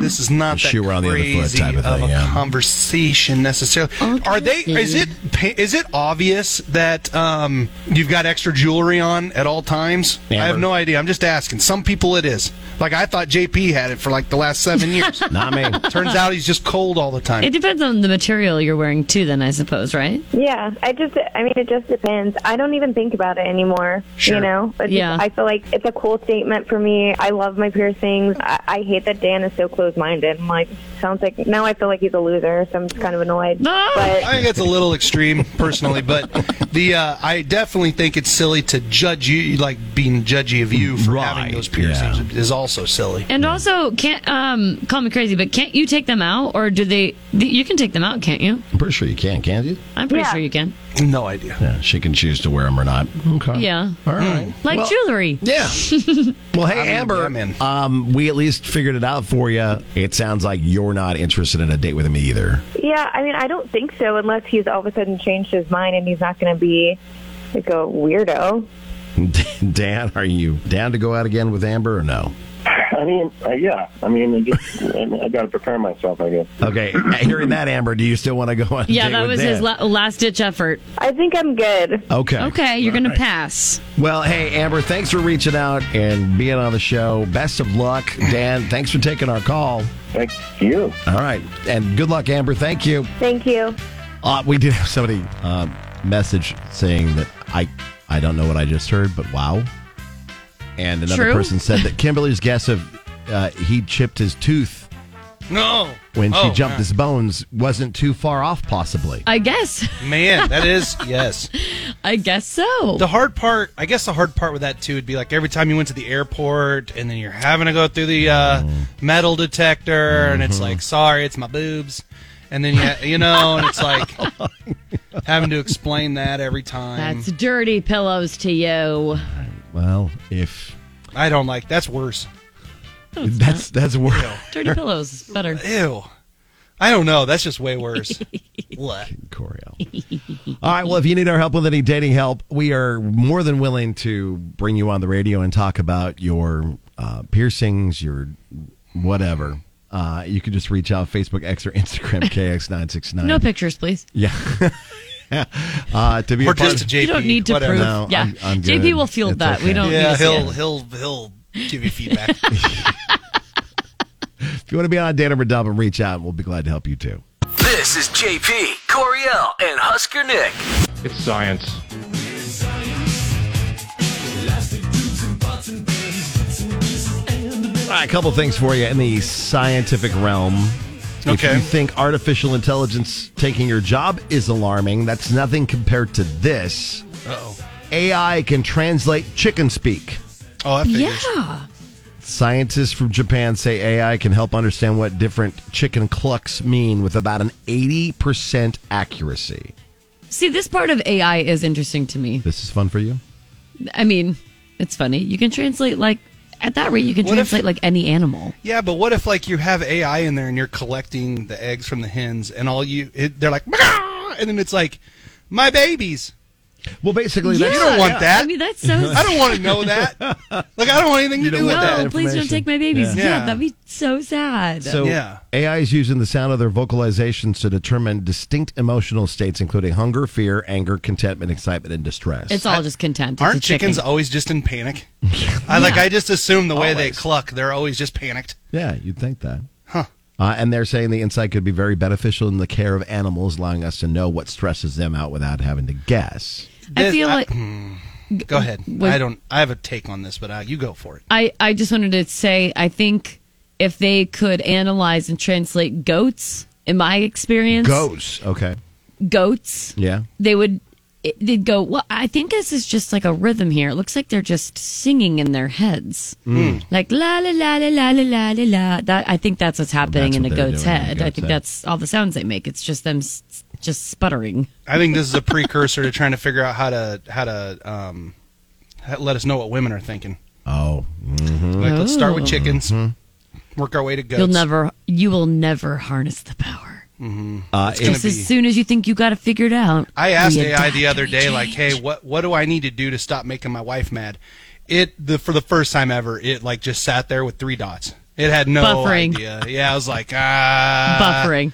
F: This is not that
G: shoe were on the other foot
F: crazy
G: type of thing,
F: a
G: yeah.
F: conversation necessarily. Are they? Is it? pa- Is it obvious that um, you've got extra jewelry on at all times? I have no idea. I'm just asking. Some people it is. Like I thought JP had it for like the last seven years.
G: Not me.
F: Turns out he's just cold all the time.
H: It depends on the material you're wearing too. Then I suppose, right?
N: Yeah, I just, I mean, it just depends. I don't even think about it anymore.
H: Sure.
N: You know? It's just-
H: Yeah.
N: I feel like it's a cool statement for me. I love my piercings. I, I hate that Dan is so close minded. I'm like, sounds like, now I feel like he's a loser, so I'm just kind of annoyed. But
F: I think that's a little extreme, personally, but the uh, I definitely think it's silly to judge you, like being judgy of you for having those piercings is also silly.
H: And also, can't um call me crazy, but can't you take them out, or do they? th- You can take them out, can't you?
G: I'm pretty sure you can, can't you?
H: I'm pretty sure you can.
F: No idea.
G: Yeah, she can choose to wear them or not. Okay.
H: Yeah.
G: All right.
H: Like
G: Well-
H: jewelry.
G: Yeah. Well, hey, Amber, Um, we at least figured it out for you. It sounds like you're not interested in a date with him either.
N: yeah, I mean, I don't think so unless he's all of a sudden changed his mind and he's not going to be like a weirdo.
G: Dan, are you down to go out again with Amber or no?
O: I mean, uh, yeah. I mean, I just I, I got to prepare myself. I guess.
G: Okay. uh, Hearing that, Amber, do you still want to go on a
H: Yeah,
G: date
H: that
G: with
H: was
G: Dan?
H: his la- last ditch effort.
N: I think I'm good.
G: Okay.
H: Okay, you're
G: All
H: gonna
G: right.
H: pass.
G: Well, hey, Amber, thanks for reaching out and being on the show. Best of luck. Dan, thanks for taking our call.
O: Thank you.
G: All right. And good luck, Amber. Thank you.
N: Thank you.
G: Uh, we did have somebody uh, message saying that I I don't know what I just heard, but wow. And another
F: True.
G: person said that Kimberly's guess of uh, he chipped his tooth
F: No.
G: when
F: Oh,
G: she jumped
F: man.
G: his bones wasn't too far off, possibly.
H: I guess.
F: Man, that is yes.
H: I guess so.
F: The hard part, I guess, the hard part with that too would be like every time you went to the airport, and then you're having to go through the uh,
G: Mm.
F: metal detector, and
G: Mm-hmm.
F: it's like, sorry, it's my boobs, and then you, you know, and it's like
G: Oh
F: having to explain that every time.
H: That's dirty pillows to you.
G: Well, if
F: I don't like that's worse.
G: that's that's worse.
H: Dirty pillows is better.
F: Ew. I don't know. That's just way worse. what?
G: All right. Well, if you need our help with any dating help, we are more than willing to bring you on the radio and talk about your uh, piercings, your whatever. Uh, you can just reach out Facebook X or Instagram KX nine six nine.
H: No pictures, please.
G: Yeah. uh, to be
F: Or
G: a part
F: just
G: of-
F: to JP,
H: You don't need to
F: whatever.
H: prove.
G: No,
H: yeah,
G: I'm- I'm
H: JP
G: good.
H: will feel
G: It's
H: that.
G: okay.
H: We don't.
F: yeah,
H: need to see
F: he'll
H: it.
F: he'll he'll give you feedback.
G: if you want to be on Dan or Dumb, reach out. and We'll be glad to help you too.
I: This is JP, Coriel, and Husker Nick.
Q: It's science.
G: All right, a couple things for you in the scientific realm. If
F: Okay.
G: you think artificial intelligence taking your job is alarming, that's nothing compared to this.
F: Uh-oh.
G: AI can translate chicken speak.
F: Oh, I figures.
H: Yeah.
G: Scientists from Japan say AI can help understand what different chicken clucks mean with about an 80% accuracy.
H: See, this part of AI is interesting to me.
G: This is fun for you?
H: I mean, it's funny. You can translate like at that rate, you can
F: What if-
H: translate like any animal.
F: Yeah, but what if like you have AI in there and you're collecting the eggs from the hens, and all you it, they're like, "Meow," and then it's like, my babies.
G: Well, basically,
F: you
H: that's-
F: don't want
H: Yeah.
F: that.
H: I mean, that sounds-
F: I don't want to know that. Like, I don't want anything to do with that.
H: No, please don't take my babies. Yeah,
F: Yeah. Yeah.
H: that'd be so sad.
G: So AI is using the sound of their vocalizations to determine distinct emotional states, including hunger, fear, anger, contentment, excitement, and distress.
H: it's all just content. It's a
F: Aren't
H: chicken.
F: chickens always just in panic? I like. I just assume the way they cluck, they're always just panicked.
G: Yeah, you'd think that.
F: Huh.
G: Uh, and they're saying the insight could be very beneficial in the care of animals, allowing us to know what stresses them out without having to guess.
H: I
F: uh,
H: feel like
F: go ahead. I don't. I have a take on this, but uh, you go for it.
H: I, I just wanted to say I think if they could analyze and translate goats, in my experience,
G: Goats. Okay.
H: goats,
G: Yeah.
H: they would it- they'd go. Well, I think this is just like a rhythm here. It looks like they're just singing in their heads,
F: Hmm.
G: Mm.
H: like la la la la la la la la la. That I think that's what's happening
F: what
H: in a
F: they're
H: goat's
F: doing in a
H: head. I
F: goat's
H: think
F: head.
H: that's all the sounds they make. It's just them s- s- just sputtering.
F: I think this is a precursor to trying to figure out how to how to um, how- let us know what women are thinking.
G: Oh. mhm.
F: Like, let's start with
H: Oh.
F: chickens, work our way to goats.
H: You'll never you will never harness the power.
F: Mm-hmm.
G: Uh,
F: it's gonna
H: Just
F: be.
H: as soon as you think you got it figured out.
F: I asked
H: we
F: AI
H: adapt.
F: the other day, like, "Hey, what what do I need to do to stop making my wife mad?" It the for the first time ever, it like just sat there with three dots. It had no
H: Buffering.
F: idea. Yeah, I was like, ah,
H: buffering.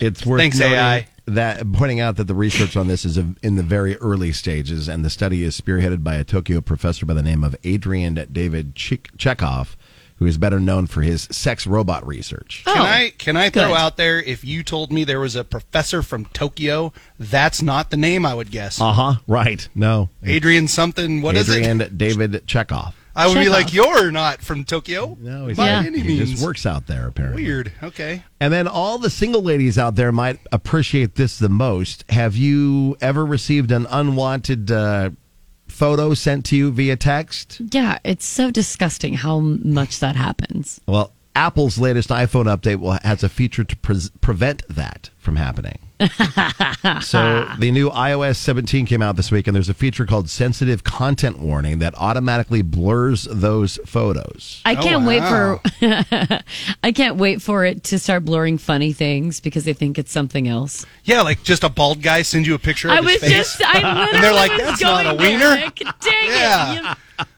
G: It's worth
F: Thanks,
G: noting
F: AI.
G: that pointing out that the research on this is of- in the very early stages, and the study is spearheaded by a Tokyo professor by the name of Adrian David Chik- Chekhov, who is better known for his sex robot research.
H: Oh,
F: Can I can I throw
G: good.
F: out there if you told me there was a professor from Tokyo, that's not the name I would guess.
G: Uh huh. Right. No.
F: Adrian something. Uh-huh, What is
G: Adrian
F: it?
G: David Chekhov.
F: I would be
G: Chekhov.
F: like, you're not from Tokyo. No,
G: He's-
F: by
G: he-
F: any
G: he
F: means.
G: just works out there apparently.
F: Oh, Weird. Okay.
G: And then all the single ladies out there might appreciate this the most. Have you ever received an unwanted uh, photo sent to you via text?
H: Yeah, it's so disgusting how much that happens.
G: Well, Apple's latest iPhone update will, has a feature to pre- prevent that from happening. so the new iOS 17 came out this week, and there's a feature called Sensitive Content Warning that automatically blurs those photos.
F: Oh,
H: I can't wait for I can't wait for it to start blurring funny things because they think it's something else.
F: Yeah, like just a bald guy sends you a picture
H: I
F: of his
H: was
F: face.
H: just- I
F: and they're
H: literally
F: like,
H: was
F: that's not a
H: going there,
F: wiener.
H: Nick. Dang
F: yeah.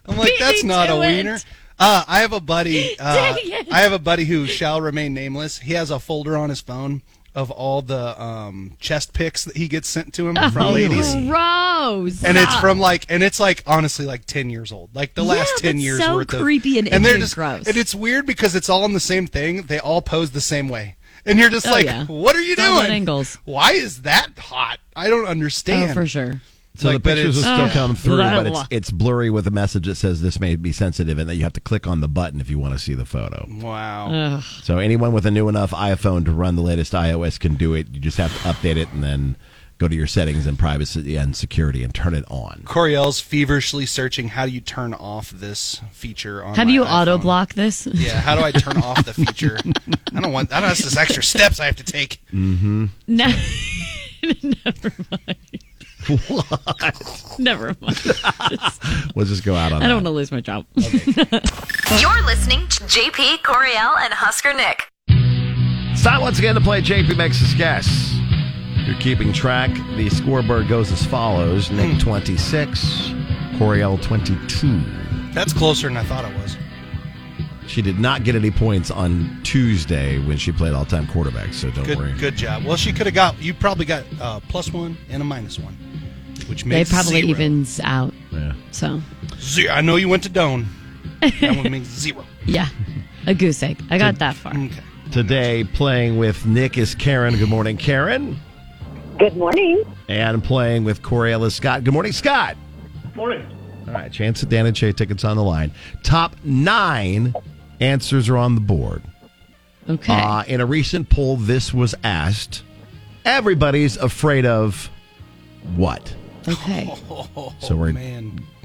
F: I'm like,
H: beat
F: that's
H: me
F: not
H: to
F: a
H: it."
F: wiener. Uh, I have a buddy. Uh,
H: Dang it.
F: I have a buddy who shall remain nameless. He has a folder on his phone of all the um, chest pics that he gets sent to him from
H: Oh,
F: ladies.
H: Gross.
F: And it's from like, and it's like honestly like ten years old, like the last
H: Yeah,
F: ten
H: that's
F: years
H: so
F: worth of
H: creepy and
F: they're
H: icky and
F: just
H: gross.
F: and it's weird because it's all in the same thing. They all pose the same way, and you're just
H: Oh,
F: like,
H: yeah.
F: what are you
H: It's all about
F: doing?
H: angles.
F: Why is that hot? I don't understand.
H: Oh, for sure.
G: So
F: Like,
G: the
F: but
G: pictures will
F: it's- uh,
G: still come through,
F: Blah,
G: but
F: blah.
G: it's it's blurry with a message that says this may be sensitive, and that you have to click on the button if you want to see the photo.
H: Oh,
F: Wow.
G: So anyone with a new enough iPhone to run the latest iOS can do it. You just have to update it and then go to your settings and privacy and security and turn it on.
F: Coriel's feverishly searching how do you turn off this feature on
H: How do
F: my
H: you
F: iPhone?
H: auto block this?
F: Yeah, how do I turn off the feature? I don't want I don't want this extra steps I have to take.
G: Mm-hmm.
H: No. Never mind. Never mind.
G: We'll just go out on
H: I
G: that.
H: don't want to lose my job.
A: You're listening to JP Coriel and Husker Nick.
G: It's time once again to play JP Makes His Guess. You're keeping track. The scoreboard goes as follows.
F: Hmm.
G: Nick 26, Coriel 22.
F: That's closer than I thought it was.
G: She did not get any points on Tuesday when she played all-time quarterback, so don't
F: Good
G: worry.
F: good job. Well, she could have got you probably got uh, plus 1 and a minus 1, which
H: they
F: makes
H: probably
F: zero.
H: evens out.
G: Yeah.
H: So
F: Zero. I know you went to Doan. That one makes zero.
H: yeah, a goose egg. I got that far.
G: Today, playing with Nick is Karen. Good morning, Karen.
Q: Good morning.
G: And playing with Coriel is Scott. Good morning, Scott.
Q: Morning.
G: All right, chance at Dan and Shay tickets on the line. Top nine answers are on the board.
H: Okay.
G: Uh, in a recent poll, this was asked. Everybody's afraid of what?
H: Okay.
G: so we're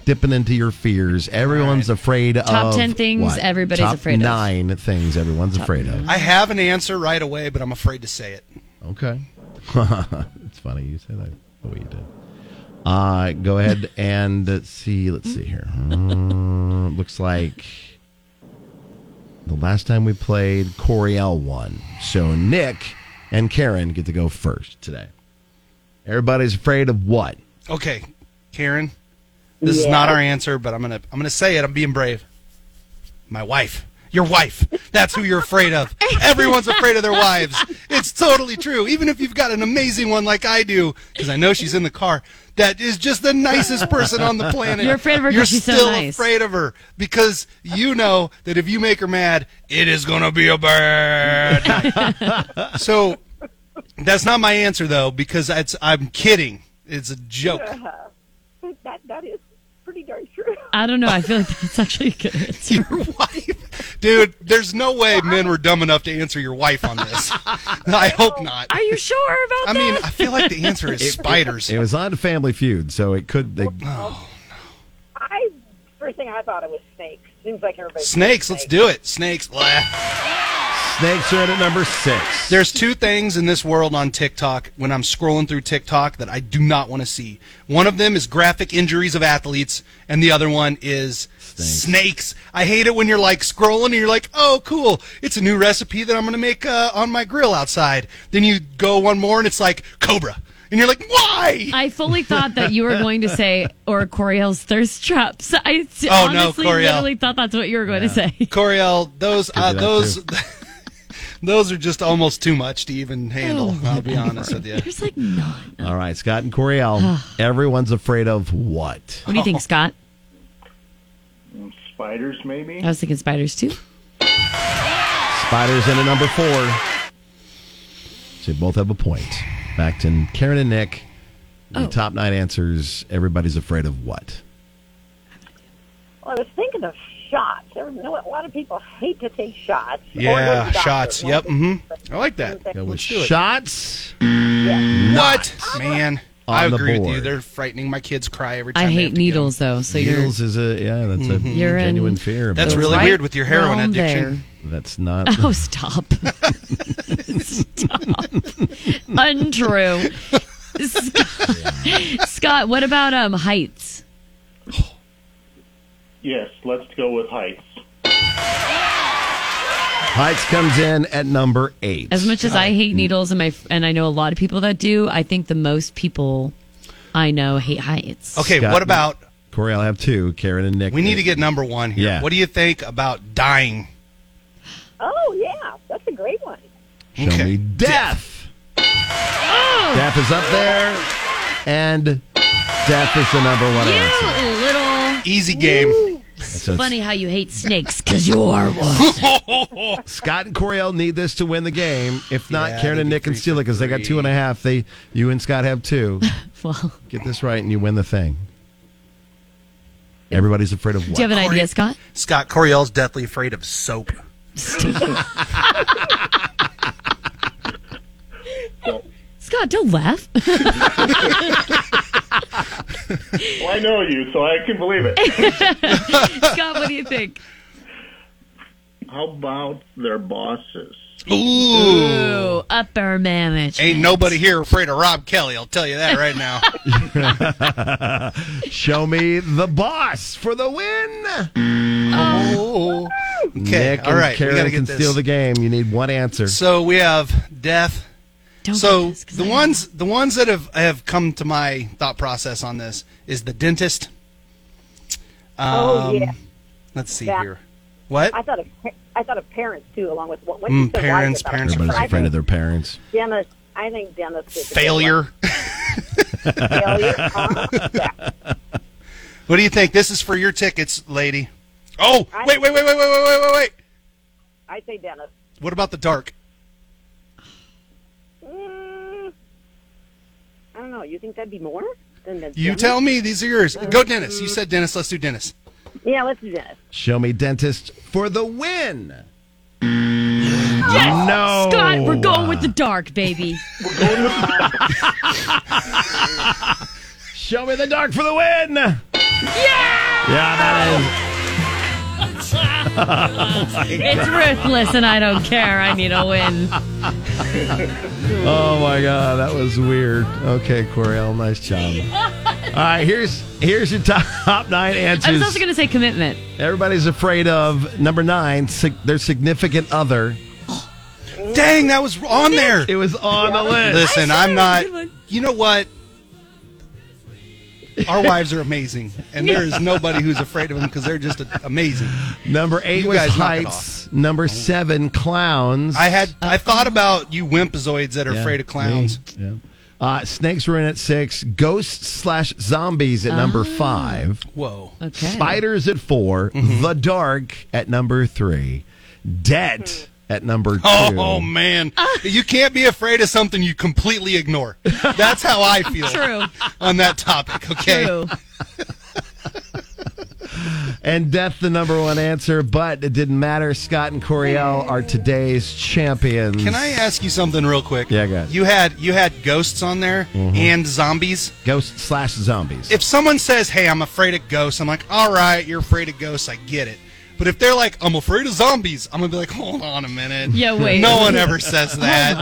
G: dipping into your fears. Everyone's afraid of
H: Top 10 things
G: what?
H: everybody's
G: Top
H: afraid of.
G: Nine things everyone's afraid of.
F: I have an answer right away, but I'm afraid to say it.
G: Okay. it's funny you say that the way you did. Uh, go ahead and uh, see. Let's see here. Mm, looks like the last time we played, Coriel won. So Nick and Karen get to go first today. Everybody's afraid of what?
F: Okay, Karen, this is not our answer, but I'm gonna I'm gonna say it. I'm being brave. My wife. Your wife. That's who you're afraid of. Everyone's afraid of their wives. It's totally true. Even if you've got an amazing one like I do, because I know she's in the car, that is just the nicest person on the planet.
H: You're afraid of her 'cause
F: You're
H: she's so
F: still
H: nice.
F: afraid of her because you know that if you make her mad, it is going to be a bad night. so that's not my answer, though, because it's, I'm kidding. It's a joke.
Q: Uh, that, that is pretty darn true.
H: I don't know. I feel like that's actually a good answer.
F: Dude, there's no way men were dumb enough to answer your wife on this. I hope not.
H: Are you sure about
F: I mean,
H: that?
F: I feel like the answer is spiders.
G: It was on Family Feud, so it could. They,
Q: I first thing I thought it was snakes. Seems like everybody
F: Snakes, let's do it. Snakes. blah.
G: Snakes are in at number six.
F: There's two things in this world on TikTok when I'm scrolling through TikTok that I do not want to see. One of them is graphic injuries of athletes, and the other one is snakes. I hate it when you're like scrolling and you're like, oh, cool. It's a new recipe that I'm going to make uh, on my grill outside. Then you go one more and it's like cobra. And you're like, why?
H: I fully thought that you were going to say or Coriel's thirst traps. I t-
F: Oh, no,
H: honestly
F: Coriel.
H: literally thought that's what you were going to say.
F: Coriel, those uh,
H: that
F: those those are just almost too much to even handle.
H: Oh,
F: I'll be honest with you.
H: There's like none.
G: All right, Scott and Coriel. everyone's afraid of what?
H: What do you
F: Oh.
H: think, Scott?
R: Spiders, maybe?
H: I was thinking spiders too.
G: Spiders in at number four. So you both have a point. Back to Karen and Nick. The
Q: Oh.
G: top nine answers. Everybody's afraid of what?
Q: Well, I was thinking of shots. There were, no, a lot of people hate to take shots. Or go to
F: Yeah,
Q: the doctor.
F: shots. Yep. hmm I like that.
G: Go with
F: Let's do it.
G: shots.
F: What man?
G: On
F: I
G: the
F: agree with you.
G: board.
F: They're frightening. My kids cry every time.
H: I
F: they
H: hate
F: have to get
H: needles though, so you're
G: Needles is a yeah. That's a
H: Mhm. You're in
G: genuine fear.
F: That's
G: but-
F: really Right weird with your heroin
H: down
F: addiction.
G: That's not.
H: Oh, stop. stop. Untrue. Scott, Scott, what about um heights?
R: Yes, let's go with heights.
G: Heights comes in at number eight.
H: As much as I hate needles and my and I know a lot of people that do, I think the most people I know hate heights.
F: Okay,
G: Scott
F: what
G: and-
F: about?
G: Corey? I'll have two. Karen and Nick.
F: We need to get number one here.
G: Yeah.
F: What do you think about dying?
Q: Oh, yeah. That's a great one.
G: Show me death. Death is up there, and death is the number one answer.
H: little
F: easy game.
G: It's So it's-
H: funny how you hate snakes because you are one.
G: Scott and Coriel need this to win the game. If not,
H: Yeah,
G: Karen
H: they'd
G: and Nick can steal it because they got two and a half. They, you and Scott have two.
H: well,
G: get this right and you win the thing. Everybody's afraid of what?
H: do you have an idea, Scott?
F: Scott Coriel's deathly afraid of soap.
H: Scott, don't laugh.
R: Well, I know you, so I can believe it.
H: Scott, what do you think?
R: How about their bosses?
H: Ooh, upper management.
F: Ain't nobody here afraid of Rob Kelly. I'll tell you that right now.
G: Show me the boss for the win.
F: oh. Okay.
G: Nick and
F: All right. we
G: Karen
F: gotta get
G: can
F: this.
G: steal the game. You need one answer.
F: So we have death. so the ones the ones that have have come to my thought process on this is the dentist. Um,
Q: Oh, yeah.
F: Let's see
Q: Yeah.
F: here. What?
Q: I thought of pa- I thought of parents too, along with what when you
G: Mm,
Q: said wife, I
G: parents,
Q: thought
G: parents.
Q: I
G: Everybody's
Q: think
G: afraid of their parents.
Q: Dennis, I think Dennis is a good
F: Failure.
Q: Failure. Uh-huh.
F: What do you think? This is for your tickets, lady. Oh, wait, wait, wait, wait, wait, wait, wait, wait, wait.
Q: one. I say Dennis.
F: What about the dark?
Q: Mm, I don't know. You think that'd be more than the
F: You
Q: Dennis?
F: tell me. These are yours. Go, Dennis. You said Dennis. Let's do Dennis.
Q: Yeah, let's do Dennis.
G: Show me dentist for the win.
H: Yes!
G: No.
H: Scott, we're going with the dark, baby.
G: Show me the dark for the win. Yeah. that is. Oh my
H: it's
G: God.
H: ruthless and I don't care. I need a win.
G: Oh my god, that was weird. Okay, Coriel, nice job. All right, here's here's your top nine
H: I was also
G: answers.
H: going to say commitment.
G: Everybody's afraid of number nine, sig- their significant other.
Q: Mm.
F: Dang, that was on there.
G: It was on the list.
F: Listen, I'm not. You know what? Our wives are amazing, and there is nobody who's afraid of them because they're just a- amazing.
G: Number eight
F: You
G: was
F: guys knock it
G: heights. Number seven, clowns.
F: I had I thought about you wimpazoids that are
G: Yeah,
F: afraid of clowns.
G: me. Uh, snakes were in at six. Ghosts slash zombies at number five.
F: Whoa.
H: Okay.
G: Spiders at 4
F: Mm-hmm.
G: The dark at number three. Debt at number two.
F: Oh, man,
H: Ah.
F: you can't be afraid of something you completely ignore. That's how I feel.
H: True.
F: On that topic, okay.
H: True.
G: And death, the number one answer, but it didn't matter. Scott and Coriel are today's champions.
F: Can I ask you something real quick?
G: Yeah, go ahead.
F: You had you had ghosts on there
G: Mhm.
F: and zombies.
G: Ghost slash zombies.
F: If someone says, "Hey, I'm afraid of ghosts," I'm like, "All right, you're afraid of ghosts. I get it." But if they're like, "I'm afraid of zombies," I'm gonna be like, "Hold on a minute."
H: Yeah, wait.
F: No one ever says that.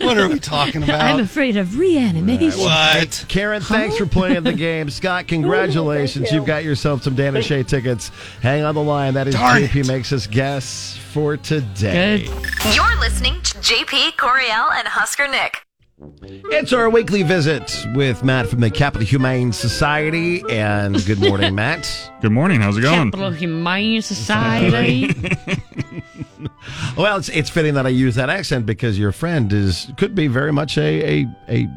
F: what are we talking
H: I'm
F: about?
H: afraid of reanimation.
F: What?
G: Karen, thanks for playing the game. Scott, congratulations. You've got yourself some Dan and Shay tickets. Hang on the line. That is
A: Darn
G: JP Makes Us Guess for today.
A: You're listening to JP Coriel and Husker Nick.
G: It's our weekly visit with Matt from the Capital Humane Society. And good morning, Matt.
P: Good morning. How's it
H: Capital Humane Society.
G: Well, it's, it's fitting that I use that accent because your friend is could be very much a, a, a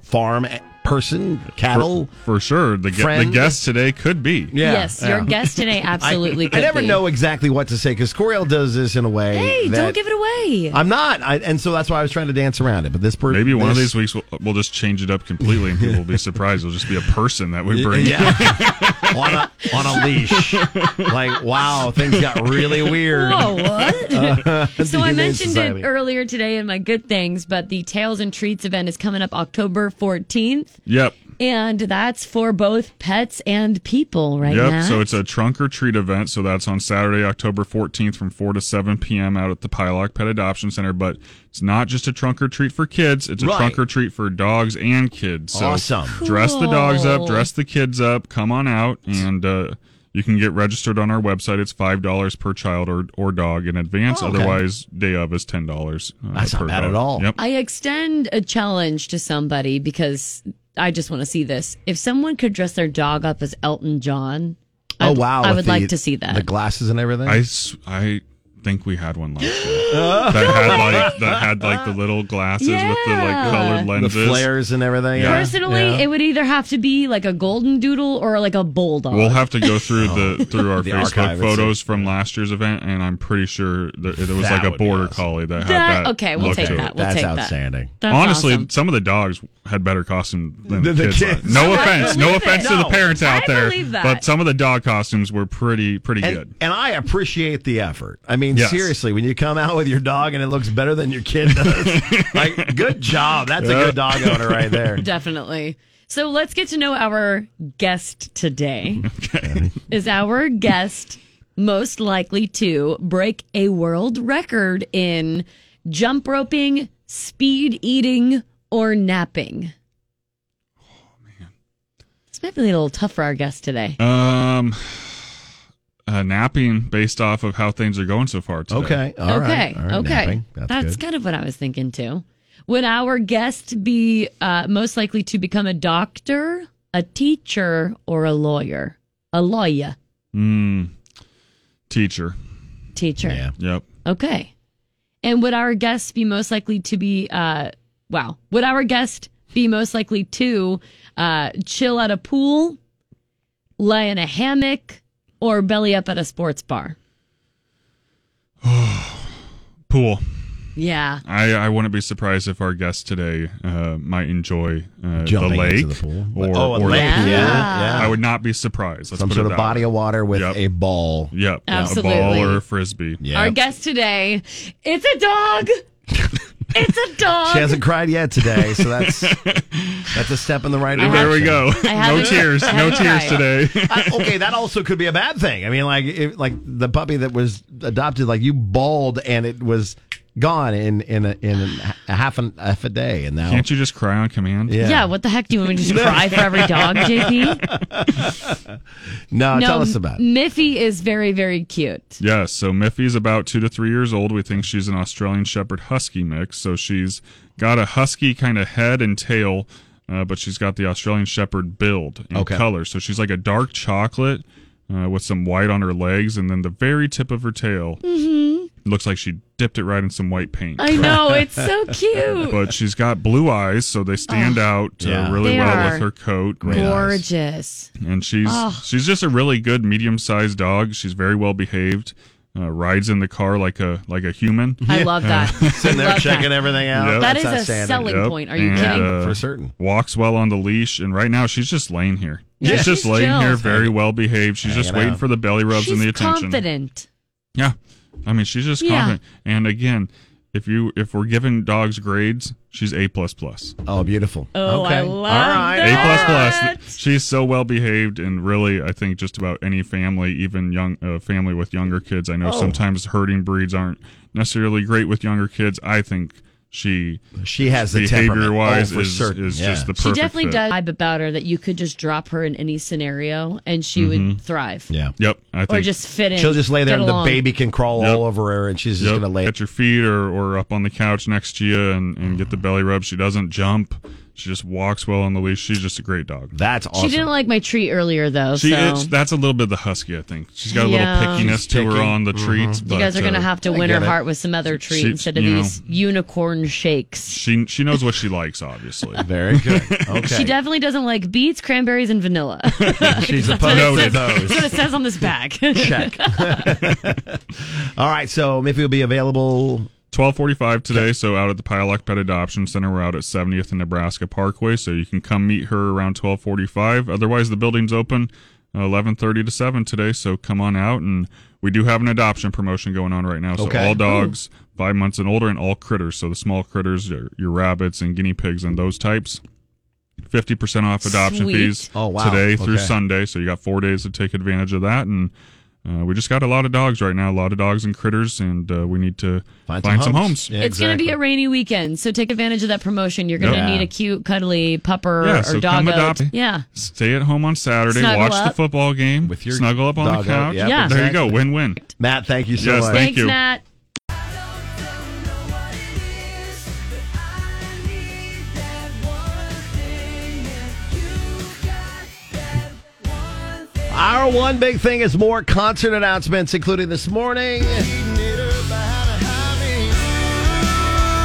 G: farm person, cattle.
P: For, for sure. The, gu- the
G: Friend?
P: guest today could be.
G: Yeah.
H: Yes, your
G: Yeah.
H: guest today absolutely
G: I,
H: could
G: I never
H: be.
G: know exactly what to say because Coriel does this in a way.
H: Hey,
G: that-
H: don't give it away.
G: I'm not, I, and so that's why I was trying to dance around it. But this person,
P: Maybe one of these
G: this-
P: weeks we'll, we'll just change it up completely and people will be surprised. It'll just be a person that we bring.
G: on a on a leash. like, wow, things got really weird.
H: Whoa, what?
G: Uh,
H: so I
G: Humane
H: mentioned
G: Society.
H: it earlier today in my good things, but the Tails and Treats event is coming up October 14th,
P: Yep.
H: and that's for both pets and people right
P: yep.
H: now.
P: So it's a trunk or treat event. So that's on Saturday, October 14th from 4 to 7 p.m. out at the Pylock Pet Adoption Center. But it's not just a trunk or treat for kids, it's a
G: Right.
P: trunk or treat for dogs and kids. So
G: Awesome.
P: Dress the dogs
G: Cool.
P: up, dress the kids up, come on out, and uh, you can get registered on our website. It's $5 per child or, or dog in advance.
H: Oh, okay.
P: Otherwise, day of is $10. Uh,
G: That's not
P: per
G: bad
P: dog.
G: at all.
P: Yep.
H: I extend a challenge to somebody because I just want to see this. If someone could dress their dog up as Elton John,
G: Oh
H: I'd-
G: wow!
H: I
G: with
H: would
G: the-
H: like to see that.
G: The glasses and everything.
P: I, s- I think we had one last year that had like that had like the little glasses with the like colored
H: The
P: lenses,
G: flares and everything.
P: Yeah.
H: Personally, it would either have to be like a golden doodle or like a bulldog.
P: We'll have to go through the through our
G: Oh. The
P: Facebook
G: archive, it's
P: photos from last year's event, and I'm pretty sure that there was
G: That
P: like a
G: would be
P: border collie that had
H: That-
P: that.
H: okay, we'll
P: look
H: take
P: to
H: that,
P: it.
H: we'll That's take that. outstanding. That's
P: Honestly,
H: awesome.
P: some of the dogs had better costume than the,
G: The- the
P: kids.
G: kids.
P: had. No
G: I
P: offense,
G: believe
P: no
G: it.
P: offense to
G: No.
P: the parents out
G: I
P: there,
G: believe that.
P: but some of the dog costumes were pretty pretty
G: and,
P: good.
G: and I appreciate the effort. I mean,
P: Yes.
G: seriously, when you come out with your dog and it looks better than your kid does, like, good job. That's a
P: Yeah.
G: good dog owner right there.
H: Definitely. So let's get to know our guest today. Is our guest most likely to break a world record in jump roping, speed eating, or napping? Oh, man. This might be a little tough for our guest today.
P: Um, uh, napping based off of how things are going so far today.
G: Okay, all
H: okay.
G: right, all right,
H: okay.
G: napping,
H: That's,
G: that's good.
H: kind of what I was thinking too. Would our guest be uh, most likely to become a doctor, a teacher, or a lawyer? A lawyer,
P: Mm, teacher.
H: teacher.
P: Yep.
H: Okay. And would our guest be most likely to be, uh, wow, would our guest be most likely to uh, chill at a pool, lie in a hammock, or belly up at a sports bar?
P: Pool.
H: Yeah.
P: I, I wouldn't be surprised if our guest today uh, might enjoy uh, the
G: Jumping
P: lake
G: into the pool.
P: or,
G: Oh, a
P: or
G: lake,
P: the pool.
G: yeah, yeah.
P: I would not be surprised. Let's
G: Some
P: put
G: sort
P: it
G: of
P: that
G: body
P: way.
G: of water with a ball.
P: Yep,
H: Absolutely.
P: a ball or a frisbee.
H: Our guest today, it's a dog. it's a dog.
G: She hasn't cried yet today, so that's that's a step in the right
P: There
G: direction.
P: we go. I No haven't- tears. I No haven't tears cried. today.
G: I- okay, that also could be a bad thing. I mean, like if, like the puppy that was adopted, like you bawled and it was gone in in a, in a half an, half a day, and now
P: Can't you just cry on command?
G: Yeah.
H: Yeah. what the heck do you want me to just cry for every dog, JP?
G: no, tell us about. it.
H: Miffy is very, very cute.
P: Yes, so Miffy's about two to three years old. We think she's an Australian Shepherd Husky mix. So she's got a husky kind of head and tail, uh, but she's got the Australian Shepherd build and
G: Okay.
P: color. So she's like a dark chocolate uh, with some white on her legs and then the very tip of her tail
H: Mm-hmm.
P: looks like she dipped it right in some white paint.
H: I know, it's so cute.
P: But she's got blue eyes, so they stand out uh,
H: Yeah.
P: really
H: They
P: well with
H: are
P: her coat. Great eyes.
H: Gorgeous.
P: and she's
H: Oh.
P: she's just a really good medium sized dog. She's very well behaved. Uh, rides in the car like a like a human.
H: I love that.
G: Sitting there checking everything out.
H: That is a selling point. Are you
P: And,
H: kidding?
P: uh,
G: For certain.
P: Walks well on the leash, and right now she's just laying here.
H: Yeah,
P: she's just
H: she's
P: laying
H: chill.
P: here, very well behaved. She's just
H: Hanging
P: waiting
H: out.
P: for the belly rubs and
H: She's
P: the attention.
H: confident.
P: Yeah, I mean she's just
H: Yeah.
P: confident. And again, if you if we're giving dogs grades, she's A plus plus.
G: Oh, beautiful.
H: Oh, I Okay. love
P: A
H: that.
P: plus plus. She's so well behaved, and really, I think just about any family, even young uh, family with younger kids. I know
G: Oh.
P: sometimes herding breeds aren't necessarily great with younger kids. I think she
G: she has the temperament.
P: behavior wise
G: Oh, for
P: is,
G: certain.
P: is
G: Yeah.
P: just the
H: She
P: perfect.
H: definitely
P: fit.
H: does vibe about her that you could just drop her in any scenario and she
P: Mhm.
H: would thrive.
G: Yeah.
P: Yep. I
H: Or
P: think
H: just fit in.
G: She'll just lay there
H: get
G: and the
H: along.
G: baby can crawl all over her and she's just
P: Yep.
G: going to lay.
P: at your feet or, or up on the couch next to you and, and
G: Mm.
P: get the belly rub. She doesn't jump. She just walks well on the leash. She's just a great dog.
G: That's
H: She didn't like my tree earlier though.
P: She
H: so
P: is, that's a little bit of the husky, I think. She's got a
H: Yeah.
P: little pickiness
H: She's
P: to her
H: picky.
P: on the
G: Mm-hmm.
H: Mhm.
P: treats.
H: you
P: but,
H: guys are gonna
P: uh,
H: have to win her heart with some other treat
P: She-
H: instead of
P: you know.
H: these unicorn shakes.
P: She she knows what she likes, obviously.
G: Very good.
H: She definitely doesn't like beets, cranberries, and vanilla.
G: She's
H: That's what it
G: opposed to
H: says-
G: those.
H: That's what it says on this bag.
G: Check. All right, so Miffy will be available.
P: Twelve forty-five today. So out at the Pilock Pet Adoption Center, we're out at 70th and Nebraska Parkway. So you can come meet her around twelve forty-five. Otherwise, the building's open uh, eleven thirty to seven today. So come on out, and we do have an adoption promotion going on right now. So
G: Okay.
P: all dogs five months and older, and all critters. So the small critters, your, your rabbits and guinea pigs, and those types. 50% off adoption
G: Sweet.
P: fees
G: Oh, wow.
P: today through
G: Okay.
P: Sunday. So you got four days to take advantage of that. And uh, we just got a lot of dogs right now, a lot of dogs and critters, and uh, we need to find, some homes.
H: It's going to be a rainy weekend, so take advantage of that promotion. You're going to
P: Yeah.
H: need a cute, cuddly pupper
P: Yeah,
H: or
P: so come
H: doggo.
P: adopt.
H: Yeah.
P: Stay at home on Saturday,
H: Snuggle
P: watch the
H: up.
P: football game,
G: With your
P: snuggle up on the
G: doggo.
P: couch.
G: Yep, Yeah.
P: There you go,
G: exactly.
P: win win.
G: Matt, thank you so
P: Yes,
G: much.
P: thank
H: Thanks,
P: you.
H: Nat.
G: Our one big thing is more concert announcements, including this morning.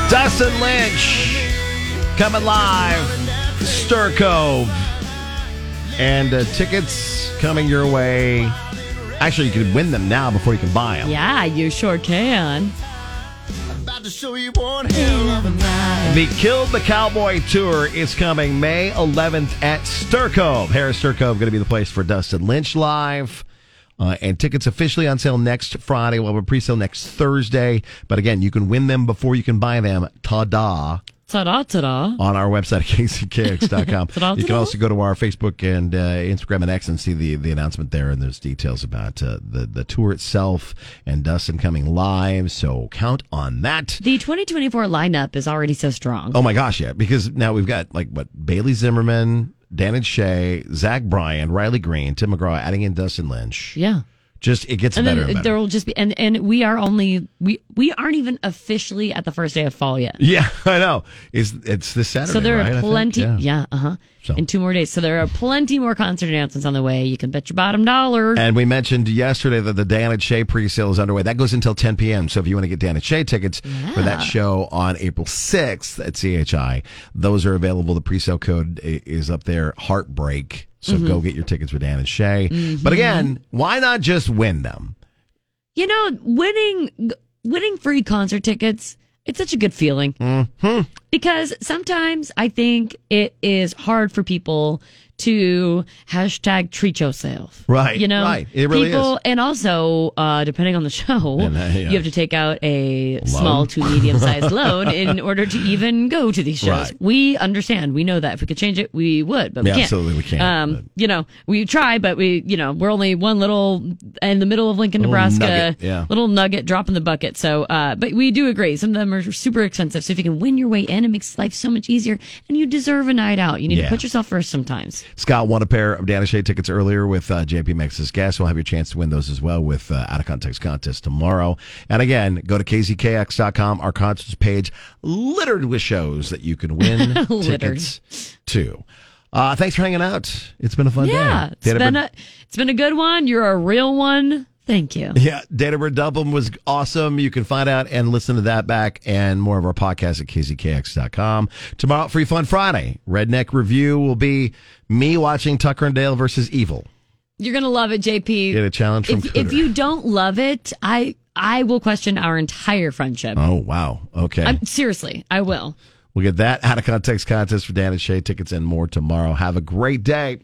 G: Dustin Lynch coming live, Stir Cove. And uh, tickets coming your way. Actually, you can win them now before you can buy them.
H: Yeah, you sure can.
M: About to show you one hell of a night.
G: The Kill the Cowboy tour is coming May 11th at Sturcove. Harris Sturcove going to be the place for Dustin Lynch live. Uh, and tickets officially on sale next Friday. We'll have a pre-sale next Thursday. But again, you can win them before you can buy them. Ta-da.
H: Ta da, ta da.
G: On our website, kckx.com.
H: Ta-da,
G: you can
H: ta-da.
G: also go to our Facebook and uh, Instagram and X and see the, the announcement there. And there's details about uh, the, the tour itself and Dustin coming live. So count on that.
H: The 2024 lineup is already so strong.
G: Oh my gosh, yeah. Because now we've got like what Bailey Zimmerman, Dan and Shay, Zach Bryan, Riley Green, Tim McGraw, adding in Dustin Lynch.
H: Yeah.
G: Just it gets
H: and
G: better
H: then
G: and better.
H: there will just be, and, and we are only, we, we aren't even officially at the first day of fall yet.
G: Yeah, I know. It's it's this Saturday.
H: so there
G: right, I
H: are
G: think?
H: plenty,
G: Yeah.
H: yeah, uh huh.
G: So-
H: In two more days. So there are plenty more concert announcements on the way. You can bet your bottom dollar.
G: And we mentioned yesterday that the Dan and Shay pre-sale is underway. That goes until 10 p.m. So if you want to get Dan and Shay tickets for that show on April 6th at CHI, those are available. The pre-sale code i- is up there. Heartbreak. So
H: Mhm.
G: go get your tickets for Dan and Shay. But
H: Mhm.
G: again, why not just win them?
H: You know, winning winning free concert tickets, it's such a good feeling.
G: Mm-hmm.
H: Because sometimes I think it is hard for people to hashtag treat yourself.
G: Right,
H: You know,
G: right. It really
H: people,
G: is.
H: and also, uh, depending on the show,
G: And, uh, yeah.
H: you have to take out a small to medium sized loan in order to even go to these shows.
G: Right.
H: We understand. We know that. If we could change it, we would, but we
G: Yeah,
H: can't.
G: absolutely we can't,
H: Um, You know, we try, but we, you know, we're only one little in the middle of Lincoln,
G: Little
H: Nebraska.
G: nugget, yeah.
H: Little nugget drop in the bucket. So, uh, but we do agree. Some of them are super expensive. So if you can win your way in, it makes life so much easier and you deserve a night out. You need
G: Yeah.
H: to put yourself first sometimes.
G: Scott won a pair of Dan and Shay tickets earlier with uh, JP Max's guest. We'll have your chance to win those as well with uh, Out of Context contest tomorrow. And again, go to kzkx.com, our concerts page, littered with shows that you can win
H: Littered.
G: tickets to. Uh, thanks for hanging out. It's been a fun day.
H: Yeah. It's
G: Dan and
H: been a, it's been a good one. You're a real one. Thank you.
G: Yeah, Data Bird Dublin was awesome. You can find out and listen to that back and more of our podcast at kzkx.com. Tomorrow, Free Fun Friday, Redneck Review will be me watching Tucker and Dale versus Evil.
H: You're gonna love it, JP.
G: Get a challenge from
H: if, if
G: Cooter.
H: you don't love it, I I will question our entire friendship.
G: Oh, wow. Okay.
H: I'm, seriously, I will.
G: We'll get that out of context contest for Dan and Shay tickets and more tomorrow. Have a great day.